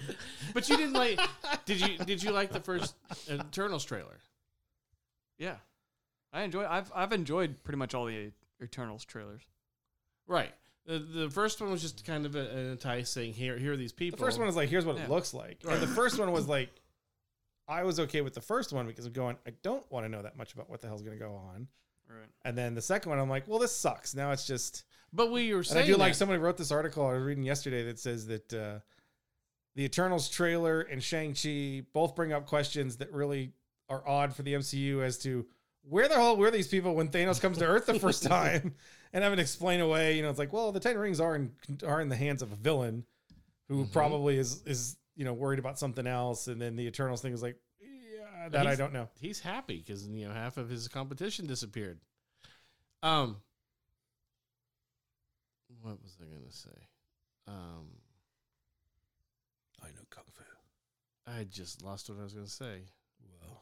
Speaker 1: but you didn't like did you did you like the first Eternals trailer?
Speaker 3: yeah, I enjoy. I've I've enjoyed pretty much all the Eternals trailers.
Speaker 1: Right. The, the first one was just kind of a- an enticing. Here, here are these
Speaker 2: The
Speaker 1: people.
Speaker 2: first one is like, here's what
Speaker 3: Yeah.
Speaker 2: it looks like. And the first one was like, I was okay with the first one because I'm going, I don't want to know that much about what the hell's going to go on.
Speaker 3: Right.
Speaker 2: And then the second one, I'm like, well, this sucks. Now it's just.
Speaker 1: but we were
Speaker 2: And I
Speaker 1: saying
Speaker 2: do like
Speaker 1: that.
Speaker 2: somebody wrote this article I was reading yesterday that says that uh, the Eternals trailer and Shang-Chi both bring up questions that really are odd for the MCU as to where the hell were these people when Thanos comes to Earth the first time and have an explain away. You know, it's like, well, the Ten Rings are in, are in the hands of a villain. who
Speaker 1: Mhm.
Speaker 2: probably is is you know worried about something else, and then the Eternals thing is like, yeah, that I
Speaker 1: He's-
Speaker 2: don't know.
Speaker 1: He's happy because you know half of his competition disappeared. Um, what was I gonna say? Um,
Speaker 2: I know kung fu.
Speaker 1: I just lost what I was gonna say.
Speaker 2: Well,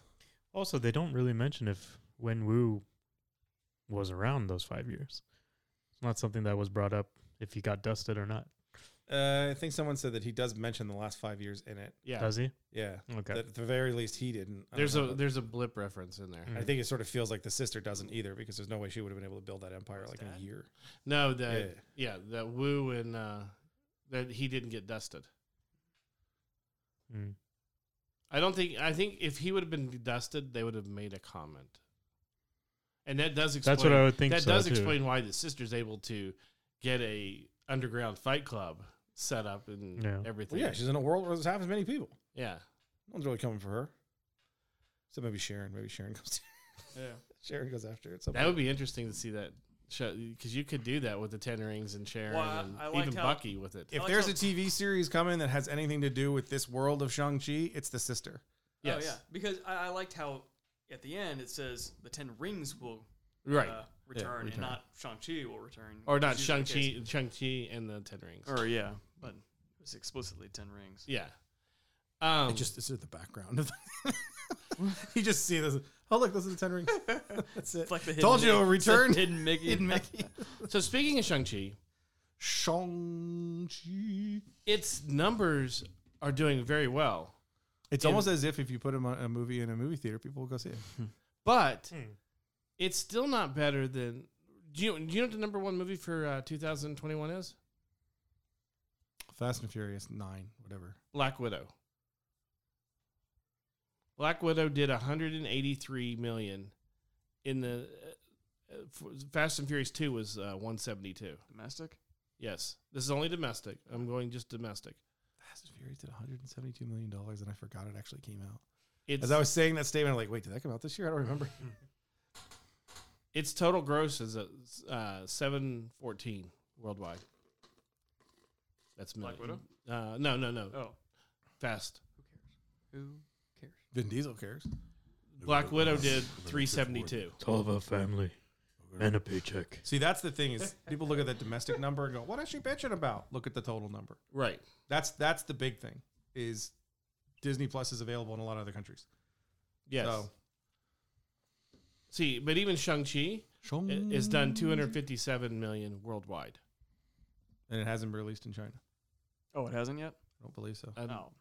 Speaker 4: Also, they don't really mention if Wen Wu was around those five years. It's not something that was brought up if he got dusted or not.
Speaker 2: uh, I think someone said that he does mention the last five years in it.
Speaker 1: Yeah,
Speaker 4: Does he?
Speaker 2: Yeah,
Speaker 4: Okay.
Speaker 2: That at the very least he didn't. I don't
Speaker 1: there's
Speaker 2: know
Speaker 1: a
Speaker 2: about-
Speaker 1: there's a blip reference in there.
Speaker 4: Mm.
Speaker 2: I think it sort of feels like the sister doesn't either because there's no way she would have been able to build that empire
Speaker 1: His
Speaker 2: like in
Speaker 1: dad?
Speaker 2: a year.
Speaker 1: No,
Speaker 2: Yeah.
Speaker 1: that yeah, that Wu and uh, that he didn't get dusted.
Speaker 4: Mm.
Speaker 1: I don't think. I think if he would have been dusted, they would have made a comment. And that does explain.
Speaker 4: That's what I would think.
Speaker 1: that
Speaker 4: so,
Speaker 1: does
Speaker 4: too.
Speaker 1: explain why the sister's able to get a underground fight club set up and
Speaker 4: Yeah.
Speaker 1: everything.
Speaker 2: Well, yeah, she's in a world where there's half as many people.
Speaker 1: yeah.
Speaker 2: No one's really coming for her. So maybe Sharon. Maybe Sharon goes. Sharon goes after it.
Speaker 1: That would be interesting to see that show because you could do that with the Ten Rings and Sharon
Speaker 3: Well, I-
Speaker 1: and
Speaker 3: I like
Speaker 1: even
Speaker 3: how-
Speaker 1: Bucky with it.
Speaker 2: if
Speaker 3: like
Speaker 2: there's
Speaker 3: how-
Speaker 2: a TV series coming that has anything to do with this world of Shang Chi, it's the sister.
Speaker 1: Yes.
Speaker 3: Oh yeah, because I, I liked how at the end it says the ten rings will uh,
Speaker 1: Right.
Speaker 3: return, and
Speaker 2: return.
Speaker 3: not Shang Chi will return,
Speaker 1: or
Speaker 3: which
Speaker 1: not
Speaker 3: is usually
Speaker 1: Shang
Speaker 3: the
Speaker 1: Chi, Shang Chi and the Ten Rings.
Speaker 3: case. Or yeah, but it was explicitly ten rings.
Speaker 1: yeah. Um,
Speaker 2: It just is in the background. of the- you just see this. Oh look, those are the Ten Rings. That's it.
Speaker 3: It's like the hidden
Speaker 2: Told you
Speaker 3: Mickey-
Speaker 2: it'll
Speaker 3: it's the
Speaker 2: return.
Speaker 3: hidden Mickey.
Speaker 2: Hidden Mickey.
Speaker 1: so speaking of Shang Chi,
Speaker 2: Shang Chi.
Speaker 1: its numbers are doing very well,
Speaker 2: It's
Speaker 1: In-
Speaker 2: almost as if if you put him on a movie in a movie theater, people will go see it.
Speaker 1: but
Speaker 4: Hmm.
Speaker 1: it's still not better than. Do you, do you know what the number one movie for uh, 2021 is?
Speaker 2: Fast and Furious Nine, whatever.
Speaker 1: Black Widow. Black Widow did 183 million in the uh, uh, for- Fast and Furious 2 was uh, 172.
Speaker 3: Domestic.
Speaker 1: Yes. This is only domestic. I'm going just domestic.
Speaker 2: Fast and Furious did 172 million dollars, and I forgot it actually came out.
Speaker 1: It's
Speaker 2: As I was saying that statement, I'm like, wait, did that come out this year? I don't remember.
Speaker 1: its total gross is a uh, 714 worldwide. That's
Speaker 3: Black
Speaker 1: million. Uh, no, no, no.
Speaker 3: Oh,
Speaker 1: Fast.
Speaker 3: who cares?
Speaker 2: Vin Diesel cares.
Speaker 1: Black Widow did 372.
Speaker 4: It's all about family and a paycheck.
Speaker 2: See, that's the thing is people look at that domestic number and go, "What is she bitching about?" Look at the total number.
Speaker 1: Right.
Speaker 2: That's that's the big thing. Is Disney Plus is available in a lot of other countries.
Speaker 1: Yes.
Speaker 2: So
Speaker 1: See, but even Shang-Chi i- is done 257 million worldwide.
Speaker 2: and it hasn't been released in China. I
Speaker 3: Oh, it hasn't yet.
Speaker 2: don't believe so
Speaker 1: Um,
Speaker 3: Oh,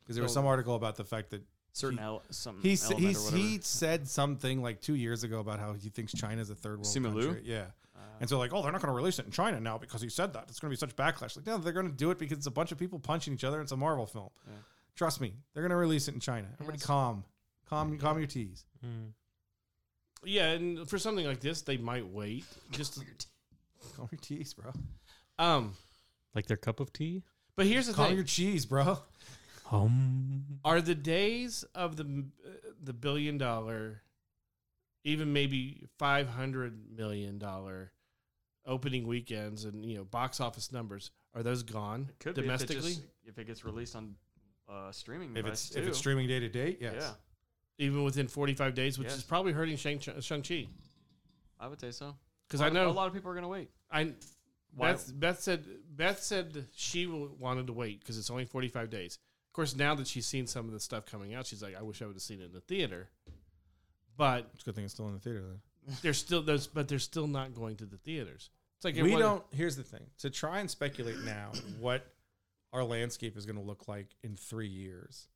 Speaker 2: because there was some article about the fact that
Speaker 3: certain
Speaker 2: He-
Speaker 3: ele- some
Speaker 2: he s-
Speaker 3: element
Speaker 2: he
Speaker 3: or
Speaker 2: s-
Speaker 3: whatever.
Speaker 2: he said something like two years ago about how he thinks China's a third world
Speaker 3: Simu Liu?
Speaker 2: country. Yeah,
Speaker 3: Uh,
Speaker 2: and so like, oh, they're not going to release it in China now because he said that. It's going to be such backlash. Like, no, they're going to do it because it's a bunch of people punching each other. and It's a Marvel film.
Speaker 3: Yeah.
Speaker 2: Trust me, they're going to release it in China. Everybody,
Speaker 3: it's-
Speaker 2: calm, calm, calm your teas.
Speaker 4: Mm.
Speaker 1: Yeah, and for something like this, they might wait. Just
Speaker 2: Calm your teas, bro.
Speaker 1: um,
Speaker 4: Like their cup of tea?
Speaker 1: but here's the
Speaker 2: Calm
Speaker 1: thing:
Speaker 2: your cheese, bro.
Speaker 4: Um,
Speaker 1: are the days of the uh, the billion dollar, even maybe five hundred million dollar opening weekends and you know box office numbers are those gone
Speaker 3: could be if it just-
Speaker 1: domestically?
Speaker 3: if it gets released on uh, streaming.
Speaker 2: If
Speaker 3: device
Speaker 2: it's if it's
Speaker 3: too.
Speaker 2: streaming day to date, yes.
Speaker 3: yeah,
Speaker 1: even within forty five days, which
Speaker 3: Yes.
Speaker 1: is probably hurting Shang Shang Chi
Speaker 3: I would say so.
Speaker 1: because I know
Speaker 3: a lot of people are gonna wait.
Speaker 1: I
Speaker 3: Why-
Speaker 1: Beth, Beth said Beth said she w- wanted to wait because it's only 45 days. Of course, now that she's seen some of the stuff coming out, she's like, I wish I would have seen it in the theater. But
Speaker 2: It's a good thing it's still in the theater. Then
Speaker 1: they're still those, but they're still not going to the theaters. It's like
Speaker 2: we
Speaker 1: everyone-
Speaker 2: don't. Here's the thing: to try and speculate now what our landscape is going to look like in three years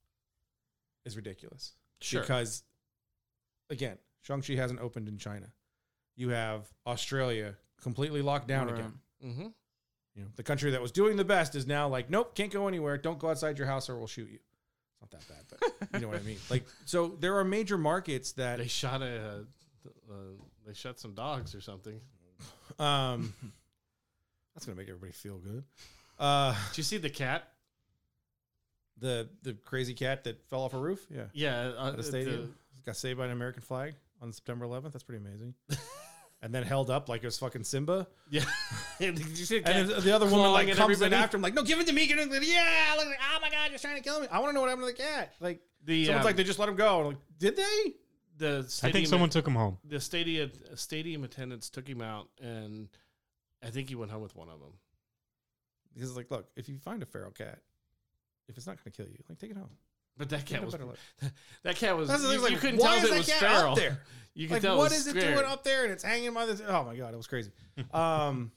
Speaker 2: is ridiculous.
Speaker 1: sure.
Speaker 2: because again, Shang-Chi hasn't opened in China. You have Australia completely locked down
Speaker 3: Right.
Speaker 2: again.
Speaker 1: hmm
Speaker 2: You know, the country that was doing the best is now like, nope, can't go anywhere. Don't go outside your house or we'll shoot you. It's not that bad, but you know what I mean. Like, so there are major markets that
Speaker 1: They shot a, uh, they shot some dogs or something.
Speaker 2: um that's gonna make everybody feel good. Uh
Speaker 1: Did you see the cat?
Speaker 2: the the crazy cat that fell off a roof. Yeah.
Speaker 1: Yeah, uh,
Speaker 2: At a
Speaker 1: the-
Speaker 2: stadium. Got saved by an American flag on September 11th. That's pretty amazing. and then held up like it was fucking Simba.
Speaker 1: Yeah. Did you see the cat
Speaker 2: And then the other woman
Speaker 1: clawing
Speaker 2: like
Speaker 1: at
Speaker 2: comes in
Speaker 1: everybody?
Speaker 2: after him, like, no, give it to me. Give it to me. Yeah, like, oh my god, you're trying to kill me. I want to know what happened to the cat. Like,
Speaker 1: The,
Speaker 2: someone's
Speaker 1: um,
Speaker 2: like, they just let him go. And I'm like, did they?
Speaker 1: the
Speaker 4: I
Speaker 1: stadium,
Speaker 4: think someone took him home.
Speaker 1: the stadium stadium attendants took him out, and I think he went home with one of them.
Speaker 2: Because it's like, look, if you find a feral cat, if it's not going to kill you, like take it home.
Speaker 1: But that cat
Speaker 2: no
Speaker 1: was
Speaker 2: better luck.
Speaker 1: that cat was
Speaker 2: That's the
Speaker 1: you,
Speaker 2: thing, like,
Speaker 1: you couldn't
Speaker 2: why
Speaker 1: tell
Speaker 2: is
Speaker 1: that
Speaker 2: that
Speaker 1: it was
Speaker 2: cat up
Speaker 1: feral.
Speaker 2: there?
Speaker 1: You could
Speaker 2: Like,
Speaker 1: tell
Speaker 2: what
Speaker 1: it was
Speaker 2: is it
Speaker 1: scared.
Speaker 2: doing up there? And it's hanging by the. Oh my god, it was crazy. Um,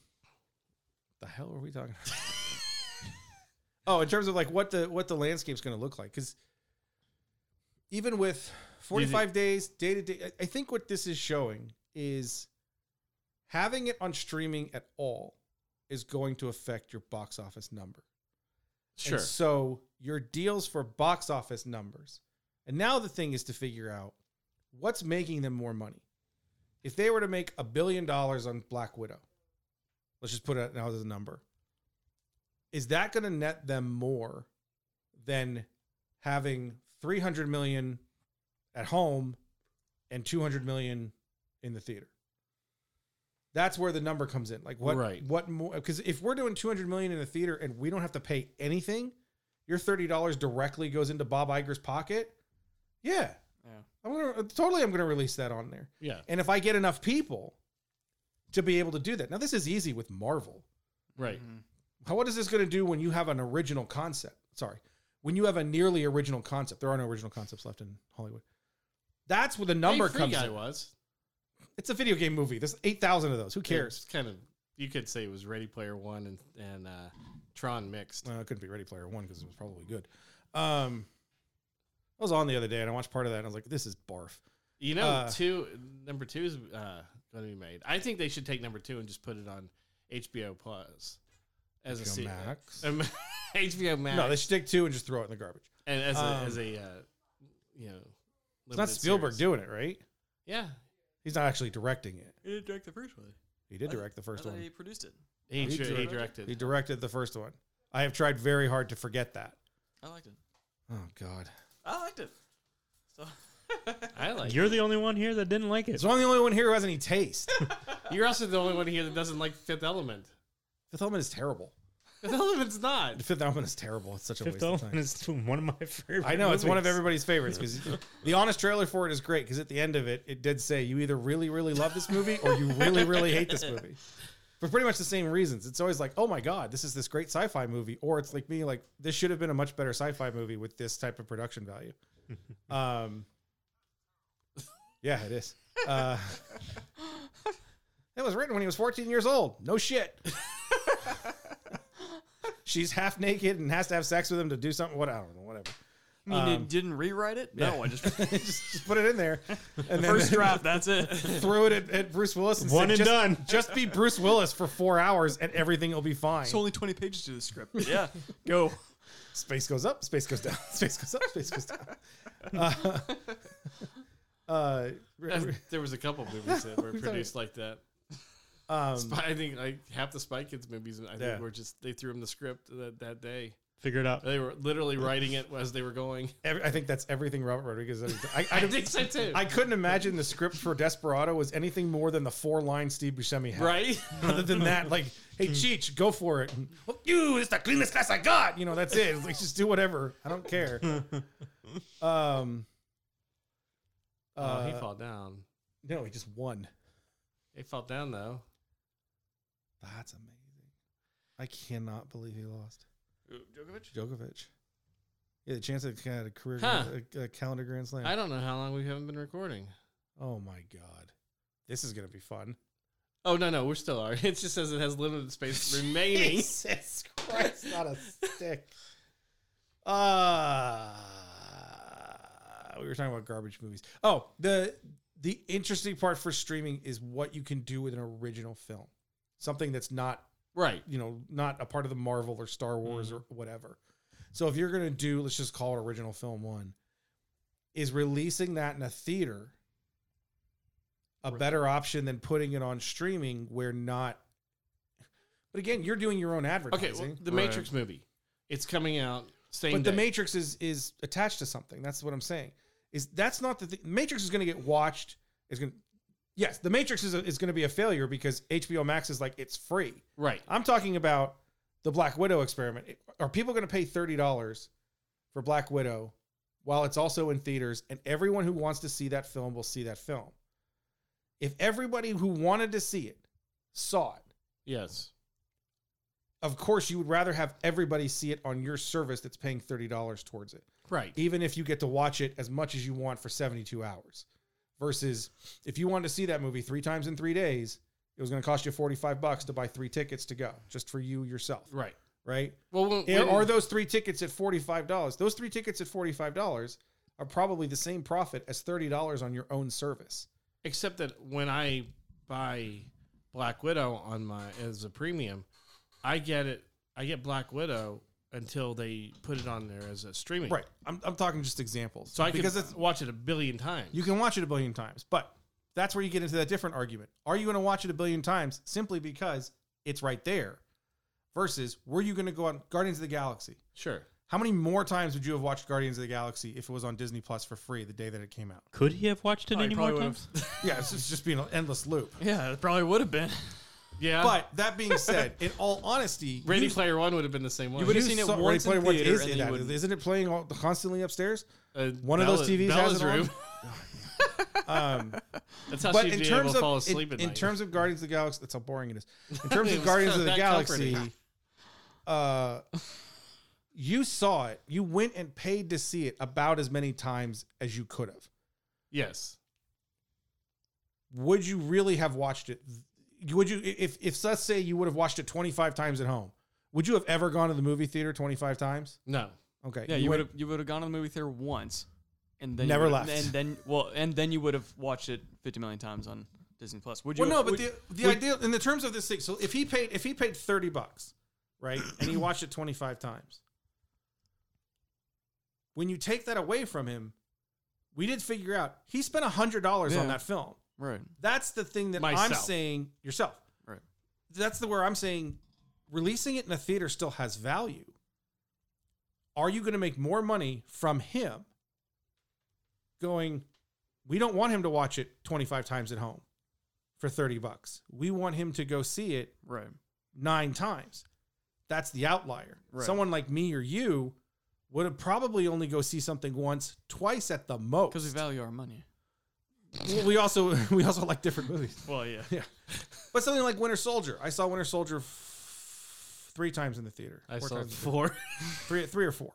Speaker 2: the hell were we talking? about? oh, in terms of like what the what the landscape's going to look like, because even with forty five days day to day, I- I think what this is showing is having it on streaming at all is going to affect your box office number.
Speaker 1: Sure.
Speaker 2: And so your deals for box office numbers. And now the thing is to figure out what's making them more money. If they were to make a billion dollars on Black Widow, let's just put it out now as a number. Is that going to net them more than having 300 million at home and 200 million in the theater? That's where the number comes in. Like what
Speaker 1: Right.
Speaker 2: what more because if we're doing 200 million in the theater and we don't have to pay anything, your $30 directly goes into Bob Iger's pocket. Yeah.
Speaker 3: Yeah.
Speaker 2: I'm gonna uh, totally I'm gonna release that on there.
Speaker 1: yeah.
Speaker 2: And if I get enough people to be able to do that. Now this is easy with Marvel. Mm-hmm.
Speaker 1: Right.
Speaker 2: How, what is this gonna do when you have an original concept? Sorry. When you have a nearly original concept. There are no original concepts left in Hollywood. That's where the number
Speaker 1: Hey, Free
Speaker 2: comes
Speaker 1: guy
Speaker 2: in.
Speaker 1: was.
Speaker 2: It's a video game movie. There's 8,000 of those. Who cares?
Speaker 1: It's kind of you could say it was Ready Player One and and uh, Tron mixed.
Speaker 2: Well, it couldn't be Ready Player One because it was probably good. Um, I was on the other day and I watched part of that and I was like, this is barf.
Speaker 1: You know,
Speaker 2: Uh,
Speaker 1: two number two is uh, going to be made. I think they should take number two and just put it on HBO Plus as a
Speaker 2: HBO
Speaker 1: se-
Speaker 2: Max?
Speaker 1: Um, HBO Max.
Speaker 2: No, they should take two and just throw it in the garbage.
Speaker 1: and as
Speaker 2: um,
Speaker 1: a, as a uh, you know,
Speaker 2: It's not Spielberg doing it, right?
Speaker 1: Yeah,
Speaker 2: He's not actually directing it.
Speaker 3: He didn't direct the first one.
Speaker 2: He did direct the first one.
Speaker 3: He produced it.
Speaker 1: he,
Speaker 2: He
Speaker 1: dr- he
Speaker 2: directed.
Speaker 1: directed.
Speaker 2: He directed the first one. I have tried very hard to forget that.
Speaker 3: I liked it.
Speaker 2: Oh God!
Speaker 3: I liked it. So
Speaker 1: I like. You're,
Speaker 4: You're the only one here that didn't like it.
Speaker 2: So I'm the only one here who has any taste.
Speaker 1: you're also the only one here that doesn't like Fifth Element.
Speaker 2: Fifth Element is terrible.
Speaker 1: Fifth Element's not.
Speaker 2: Fifth Element is terrible. It's such a
Speaker 4: Fifth
Speaker 2: waste of time.
Speaker 4: Element is one of my favorite.
Speaker 2: I know it's one of
Speaker 4: movies.
Speaker 2: everybody's favorites because the honest trailer for it is great because at the end of it, it did say you either really, really love this movie or you really, really hate this movie. For pretty much the same reasons. It's always like, oh my God, this is this great sci fi movie. Or it's like me, like, this should have been a much better sci fi movie with this type of production value. Um, yeah, it is. Uh, it was written when he was 14 years old. No shit. She's half naked and has to have sex with him to do something. What I don't know, whatever.
Speaker 3: I mean,
Speaker 2: Um,
Speaker 3: it didn't rewrite it. No, I just
Speaker 2: just, just put it in there. And then
Speaker 3: first draft. That's it.
Speaker 2: throw it at, at Bruce Willis and
Speaker 4: One
Speaker 2: said,
Speaker 4: and
Speaker 2: just,
Speaker 4: done."
Speaker 2: Just be Bruce Willis for four hours and everything will be fine.
Speaker 3: It's only twenty pages to the script. Yeah, go.
Speaker 2: space goes up, space goes down, space goes up, space goes down. Uh, uh, re-
Speaker 1: There was a couple movies that were produced like that.
Speaker 2: um,
Speaker 1: Spy, I think like half the Spy Kids movies. I think
Speaker 2: Yeah.
Speaker 1: were just they threw them the script that, that day.
Speaker 4: Figure it out.
Speaker 1: They were literally writing it as they were going.
Speaker 2: every, I think that's everything Robert Rodriguez has ever done. I,
Speaker 1: I
Speaker 2: I,
Speaker 1: think so too.
Speaker 2: I couldn't imagine the script for Desperado was anything more than the four line Steve Buscemi had.
Speaker 1: right? Hmm.
Speaker 2: Other than that, like, hey, Cheech, go for it. And, "Well, you, it's the cleanest class I got. You know, that's it. It's Like, just do whatever. I don't care. Um,
Speaker 1: oh, he
Speaker 2: uh,
Speaker 1: fell down.
Speaker 2: No, he just won.
Speaker 1: He fell down though.
Speaker 2: That's amazing. I cannot believe he lost.
Speaker 3: Djokovic.
Speaker 2: Djokovic. Yeah, the chance that he had a career,
Speaker 1: Huh.
Speaker 2: a, a calendar grand slam.
Speaker 1: I don't know how long we haven't been recording.
Speaker 2: oh my god, this is gonna be fun.
Speaker 1: Oh no, no, we're still are. It just says it has limited space remaining.
Speaker 2: Jesus Christ, not a stick. Uh, we were talking about garbage movies. Oh, the the interesting part for streaming is what you can do with an original film, something that's not
Speaker 1: Right.
Speaker 2: you know not a part of the Marvel or Star Wars
Speaker 1: Mm.
Speaker 2: or whatever. So if you're gonna do, let's just call it original film one, is releasing that in a theater a better option than putting it on streaming where not. But again, you're doing your own
Speaker 1: Okay.
Speaker 2: advertising.
Speaker 1: Well, the
Speaker 3: Right.
Speaker 1: Matrix movie. It's coming out same
Speaker 2: but the
Speaker 1: day.
Speaker 2: Matrix is is attached to something. That's what I'm saying. Is that's not the th- Matrix is going to get watched. Is going yes, The Matrix is, is going to be a failure because HBO Max is like, it's free.
Speaker 1: Right.
Speaker 2: I'm talking about the Black Widow experiment. Are people going to pay $30 for Black Widow while it's also in theaters? And everyone who wants to see that film will see that film. If everybody who wanted to see it saw it,
Speaker 1: Yes.
Speaker 2: of course, you would rather have everybody see it on your service that's paying $30 towards it,
Speaker 1: Right.
Speaker 2: even if you get to watch it as much as you want for 72 hours. Versus if you wanted to see that movie three times in three days, it was going to cost you 45 bucks to buy three tickets to go just for you yourself,
Speaker 1: Right.
Speaker 2: right?
Speaker 1: Well, when,
Speaker 2: Yeah,
Speaker 1: when-
Speaker 2: are those three tickets at $45? Those three tickets at $45 are probably the same profit as $30 on your own service.
Speaker 1: except that when I buy Black Widow on my as a premium, I get it. I get Black Widow until they put it on there as a streaming.
Speaker 2: Right. I'm, I'm talking just examples.
Speaker 1: So I
Speaker 2: because
Speaker 1: can
Speaker 2: it's,
Speaker 1: watch it a billion times.
Speaker 2: you can watch it a billion times, but that's where you get into that different argument. Are you going to watch it a billion times simply because it's right there versus were you going to go on Guardians of the Galaxy?
Speaker 1: sure.
Speaker 2: How many more times would you have watched Guardians of the Galaxy if it was on Disney Plus for free the day that it came out?
Speaker 4: Could he have watched it
Speaker 2: Oh,
Speaker 3: Probably-
Speaker 4: any more
Speaker 3: probably
Speaker 4: times?
Speaker 2: Yeah, it's just, it's just being an endless loop.
Speaker 3: Yeah, it probably would have been.
Speaker 1: Yeah.
Speaker 2: But that being said, in all honesty,
Speaker 1: Ready
Speaker 2: you
Speaker 1: Player One would have been the same one.
Speaker 3: You would have seen it
Speaker 2: saw-
Speaker 3: once
Speaker 2: Ready Player
Speaker 3: in
Speaker 2: One
Speaker 3: theater
Speaker 2: is
Speaker 3: and
Speaker 2: it
Speaker 3: you
Speaker 2: at-
Speaker 3: wouldn't-
Speaker 2: isn't it playing all, constantly upstairs?
Speaker 1: Uh,
Speaker 2: One of those
Speaker 1: Bella-
Speaker 2: TVs has
Speaker 1: Bella's
Speaker 2: it on?
Speaker 1: room.
Speaker 2: Um,
Speaker 1: That's how
Speaker 2: but
Speaker 1: she'd
Speaker 2: in
Speaker 1: be able
Speaker 2: terms
Speaker 1: to fall
Speaker 2: of
Speaker 1: asleep
Speaker 2: in,
Speaker 1: at
Speaker 2: in
Speaker 1: night.
Speaker 2: terms of Guardians of the Galaxy, that's how boring it is. In terms
Speaker 1: It
Speaker 2: of
Speaker 1: was
Speaker 2: Guardians of the
Speaker 1: that
Speaker 2: Galaxy,
Speaker 1: comforting.
Speaker 2: uh, you saw it. You went and paid to see it about as many times as you could have.
Speaker 1: yes.
Speaker 2: Would you really have watched it? Would you if if let's say you would have watched it twenty five times at home? Would you have ever gone to the movie theater twenty five times?
Speaker 1: No.
Speaker 2: Okay,
Speaker 3: Yeah, you would
Speaker 2: went-
Speaker 3: have you would have gone to the movie theater once, and then you
Speaker 2: Never
Speaker 3: would-
Speaker 2: left.
Speaker 3: and then well, and then you would have watched it fifty million times on Disney Plus. Would you?
Speaker 2: Well, no,
Speaker 3: have-
Speaker 2: but
Speaker 3: would-
Speaker 2: the the
Speaker 3: would-
Speaker 2: idea in the terms of this thing. So if he paid if he paid thirty bucks, right, and he watched it twenty five times, when you take that away from him, we did figure out he spent hundred dollars on
Speaker 3: Yeah.
Speaker 2: that film.
Speaker 3: right,
Speaker 2: That's the thing that I'm
Speaker 1: Myself.
Speaker 2: saying yourself.
Speaker 3: right.
Speaker 2: That's the where I'm saying releasing it in a theater still has value. Are you going to make more money from him going, we don't want him to watch it 25 times at home for 30 bucks. We want him to go see it
Speaker 3: Right.
Speaker 2: nine times. That's the outlier.
Speaker 3: Right.
Speaker 2: Someone like me or you would have probably only go see something once, twice at the most.
Speaker 3: Because we value our money.
Speaker 2: Well, we also we also like different movies.
Speaker 3: Well, yeah.
Speaker 2: But something like Winter Soldier, I saw Winter Soldier f- three times in the theater.
Speaker 1: I
Speaker 2: Four
Speaker 1: saw
Speaker 2: times in the theater.
Speaker 1: four.
Speaker 2: three, three or four.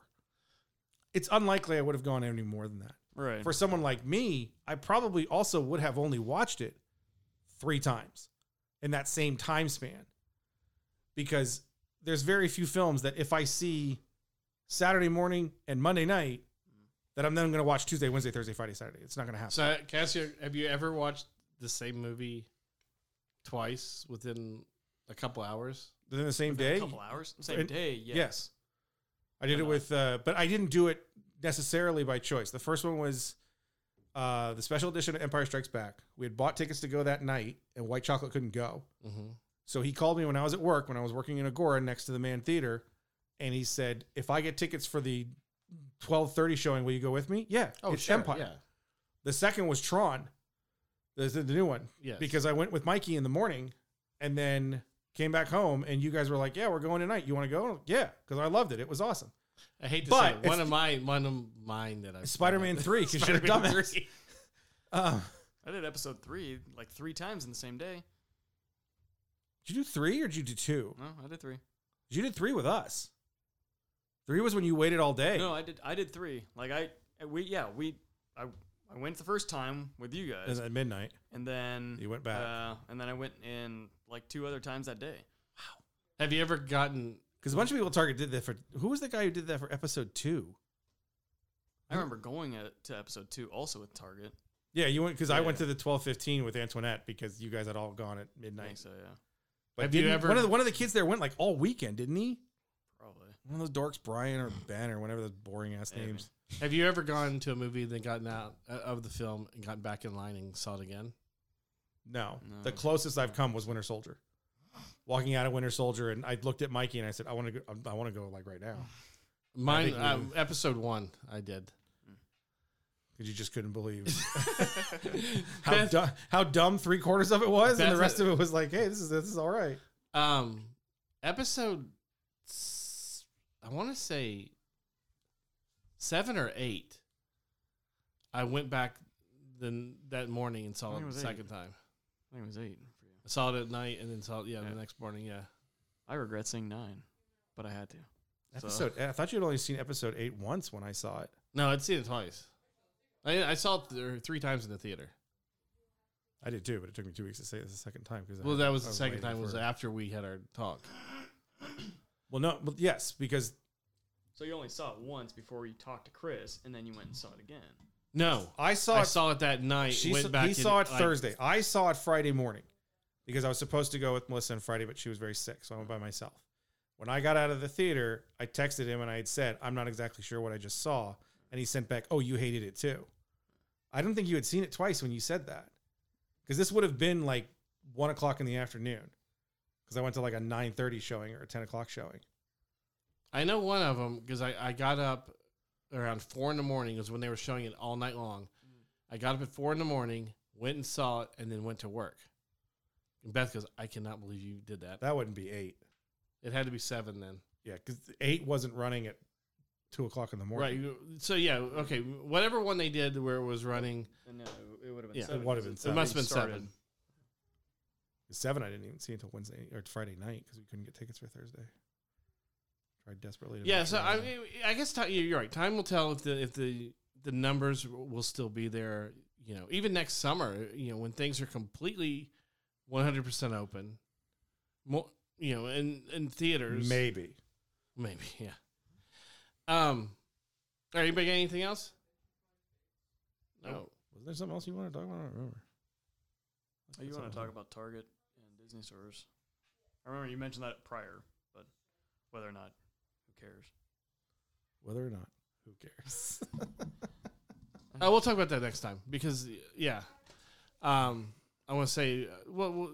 Speaker 2: It's unlikely I would have gone any more than that.
Speaker 3: Right.
Speaker 2: For someone like me, I probably also would have only watched it three times in that same time span, because there's very few films that if I see Saturday morning and Monday night, that I'm then going to watch Tuesday, Wednesday, Thursday, Friday, Saturday. It's not going to happen.
Speaker 1: So, Cassia, have you ever watched the same movie twice within a couple hours?
Speaker 2: then the same
Speaker 3: a
Speaker 2: day,
Speaker 3: couple hours, same
Speaker 2: And-
Speaker 3: day. Yeah.
Speaker 2: Yes. I did
Speaker 3: Why
Speaker 2: it
Speaker 3: not?
Speaker 1: Uh-huh.
Speaker 2: with, uh, but I didn't do it necessarily by choice. The first one was uh, the special edition of Empire Strikes Back. We had bought tickets to go that night, and White Chocolate couldn't go.
Speaker 1: Mm-hmm.
Speaker 2: So he called me when I was at work, when I was working in Agora next to the Man Theater, and he said, "If I get tickets for the 12:30 showing, will you go with me?" Yeah, it's Empire.
Speaker 1: Oh, Yeah.
Speaker 2: The second was Tron, the, the, the new one,
Speaker 1: Yes.
Speaker 2: because I went with Mikey in the morning and then came back home, and you guys were like, "Yeah, we're going tonight. You want to go?" Yeah, because I loved it. It was awesome.
Speaker 1: I hate to
Speaker 2: But
Speaker 1: say it, one
Speaker 2: if-
Speaker 1: of my one of mine that I
Speaker 2: Spider-Man 3, 'cause you're a dumbass.
Speaker 1: Uh,
Speaker 2: Um,
Speaker 3: I did episode three like three times in the same day.
Speaker 2: did you do three or did you do two?
Speaker 3: No, I did three.
Speaker 2: You did three with us. Three was when you waited all day.
Speaker 3: No, I did. I did three. Like I, I- we, yeah, we, I, I went the first time with you
Speaker 2: It was
Speaker 3: guys,
Speaker 2: at midnight.
Speaker 3: and then
Speaker 2: You went back.
Speaker 3: uh, and then I went in like two other times that day.
Speaker 1: Have you ever gotten?
Speaker 2: Because a bunch of people at Target did that for. Who was the guy who did that for episode two?
Speaker 3: I remember going at, to episode two also with Target.
Speaker 2: Yeah, you went because I went to
Speaker 3: Yeah.
Speaker 2: the twelve fifteen with Antoinette because you guys had all gone at
Speaker 3: I
Speaker 2: midnight.
Speaker 3: think So yeah,
Speaker 2: But
Speaker 1: Have you
Speaker 2: didn't-
Speaker 1: ever-
Speaker 2: One of the one of the kids there went like all weekend, didn't he?
Speaker 3: probably.
Speaker 2: One of those dorks, Brian or Ben or whatever those boring ass
Speaker 3: Maybe.
Speaker 2: names.
Speaker 1: Have you ever gone to a movie then gotten out uh, of the film and gotten back in line and saw it again?
Speaker 2: No.
Speaker 3: No.
Speaker 2: The closest I've come was Winter Soldier. Walking out of Winter Soldier, and I looked at Mikey and I said, "I want to go. I want to go like right now."
Speaker 1: Mine um,
Speaker 2: think
Speaker 1: uh,
Speaker 2: we-
Speaker 1: episode one I did
Speaker 2: because you just couldn't believe how dumb how dumb three quarters of it was, and the
Speaker 1: That's
Speaker 2: rest
Speaker 1: a-
Speaker 2: of it was like, hey, this is this is all right.
Speaker 1: Um, episode, s- I want to say seven or eight. I went back then that morning and
Speaker 3: I
Speaker 1: saw it
Speaker 3: think it
Speaker 1: the
Speaker 3: was eight.
Speaker 1: second time.
Speaker 3: I think it was eight. For you.
Speaker 1: I saw it at night and then saw it, yeah,
Speaker 3: Yeah.
Speaker 1: the next morning. Yeah,
Speaker 3: I regret saying nine, but I had to. So-
Speaker 2: Episode, I thought you'd only seen episode eight once when I saw it.
Speaker 1: no, I'd seen it twice. I, I saw it th- three times in the theater.
Speaker 2: I did too, but it took me two weeks to say it the second time because
Speaker 1: Well, that was the second time. Was after we had our talk.
Speaker 2: well, no, but yes, because
Speaker 3: So you only saw it once before you talked to Chris, and then you went and saw it again.
Speaker 1: No,
Speaker 2: I saw
Speaker 1: I
Speaker 2: it
Speaker 1: saw it that night.
Speaker 2: She
Speaker 1: went
Speaker 2: saw,
Speaker 1: back
Speaker 2: he
Speaker 1: and,
Speaker 2: saw it
Speaker 1: like,
Speaker 2: Thursday. I saw it Friday morning because I was supposed to go with Melissa on Friday, but she was very sick, so I went by myself. When I got out of the theater, I texted him and I had said, "I'm not exactly sure what I just saw," and he sent back, "Oh, you hated it too." I don't think you had seen it twice when you said that because this would have been like one o'clock in the afternoon because I went to like a nine thirty showing or a ten o'clock showing.
Speaker 1: I know one of them because I, I got up around four in the morning was when they were showing it all night long. I got up at four in the morning, went and saw it, and then went to work. And Beth goes, I cannot believe you did that.
Speaker 2: That wouldn't be eight,
Speaker 1: It had to be seven then.
Speaker 2: yeah, because eight wasn't running at two o'clock in the morning.
Speaker 1: Right. you- So, yeah, okay. Whatever one they did where it was running,
Speaker 3: And no, it would have
Speaker 1: Yeah.
Speaker 3: been.
Speaker 1: It
Speaker 3: seven
Speaker 2: would have
Speaker 3: 'cause
Speaker 2: been
Speaker 1: it
Speaker 2: seven.
Speaker 1: must have been
Speaker 3: started.
Speaker 1: seven.
Speaker 2: Seven, I didn't even see until Wednesday or Friday night because we couldn't get tickets for Thursday. Tried desperately. To
Speaker 1: Yeah,
Speaker 2: make
Speaker 1: so
Speaker 2: sure
Speaker 1: I,
Speaker 2: that-
Speaker 1: I guess ti- you're right. Time will tell if the if the the numbers will still be there. You know, even next summer, you know, when things are completely 100 percent open, more you know, in in theaters,
Speaker 2: maybe.
Speaker 1: maybe, yeah. Um, all right, anybody got anything else? No.
Speaker 2: Was there something else you wanted to talk about? I don't remember.
Speaker 3: Oh, you want to talk about Target and Disney stores? I remember you mentioned that prior, but whether or not, who cares?
Speaker 2: whether or not? Who cares?
Speaker 1: Uh, we'll talk about that next time because yeah, um, I want to say uh, well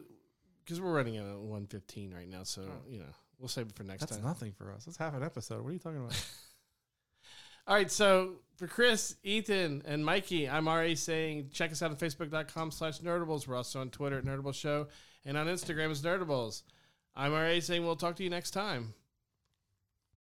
Speaker 1: because we're running at one fifteen right now, so
Speaker 3: Oh.
Speaker 1: you know we'll save it for next
Speaker 2: That's
Speaker 1: time.
Speaker 2: nothing for us. That's half an episode. What are you talking about?
Speaker 1: All right, so for Chris, Ethan, and Mikey, I'm already saying check us out on Facebook.com slash Nerdables. We're also on Twitter at Nerdables Show and on Instagram as Nerdables. I'm already saying we'll talk to you next time.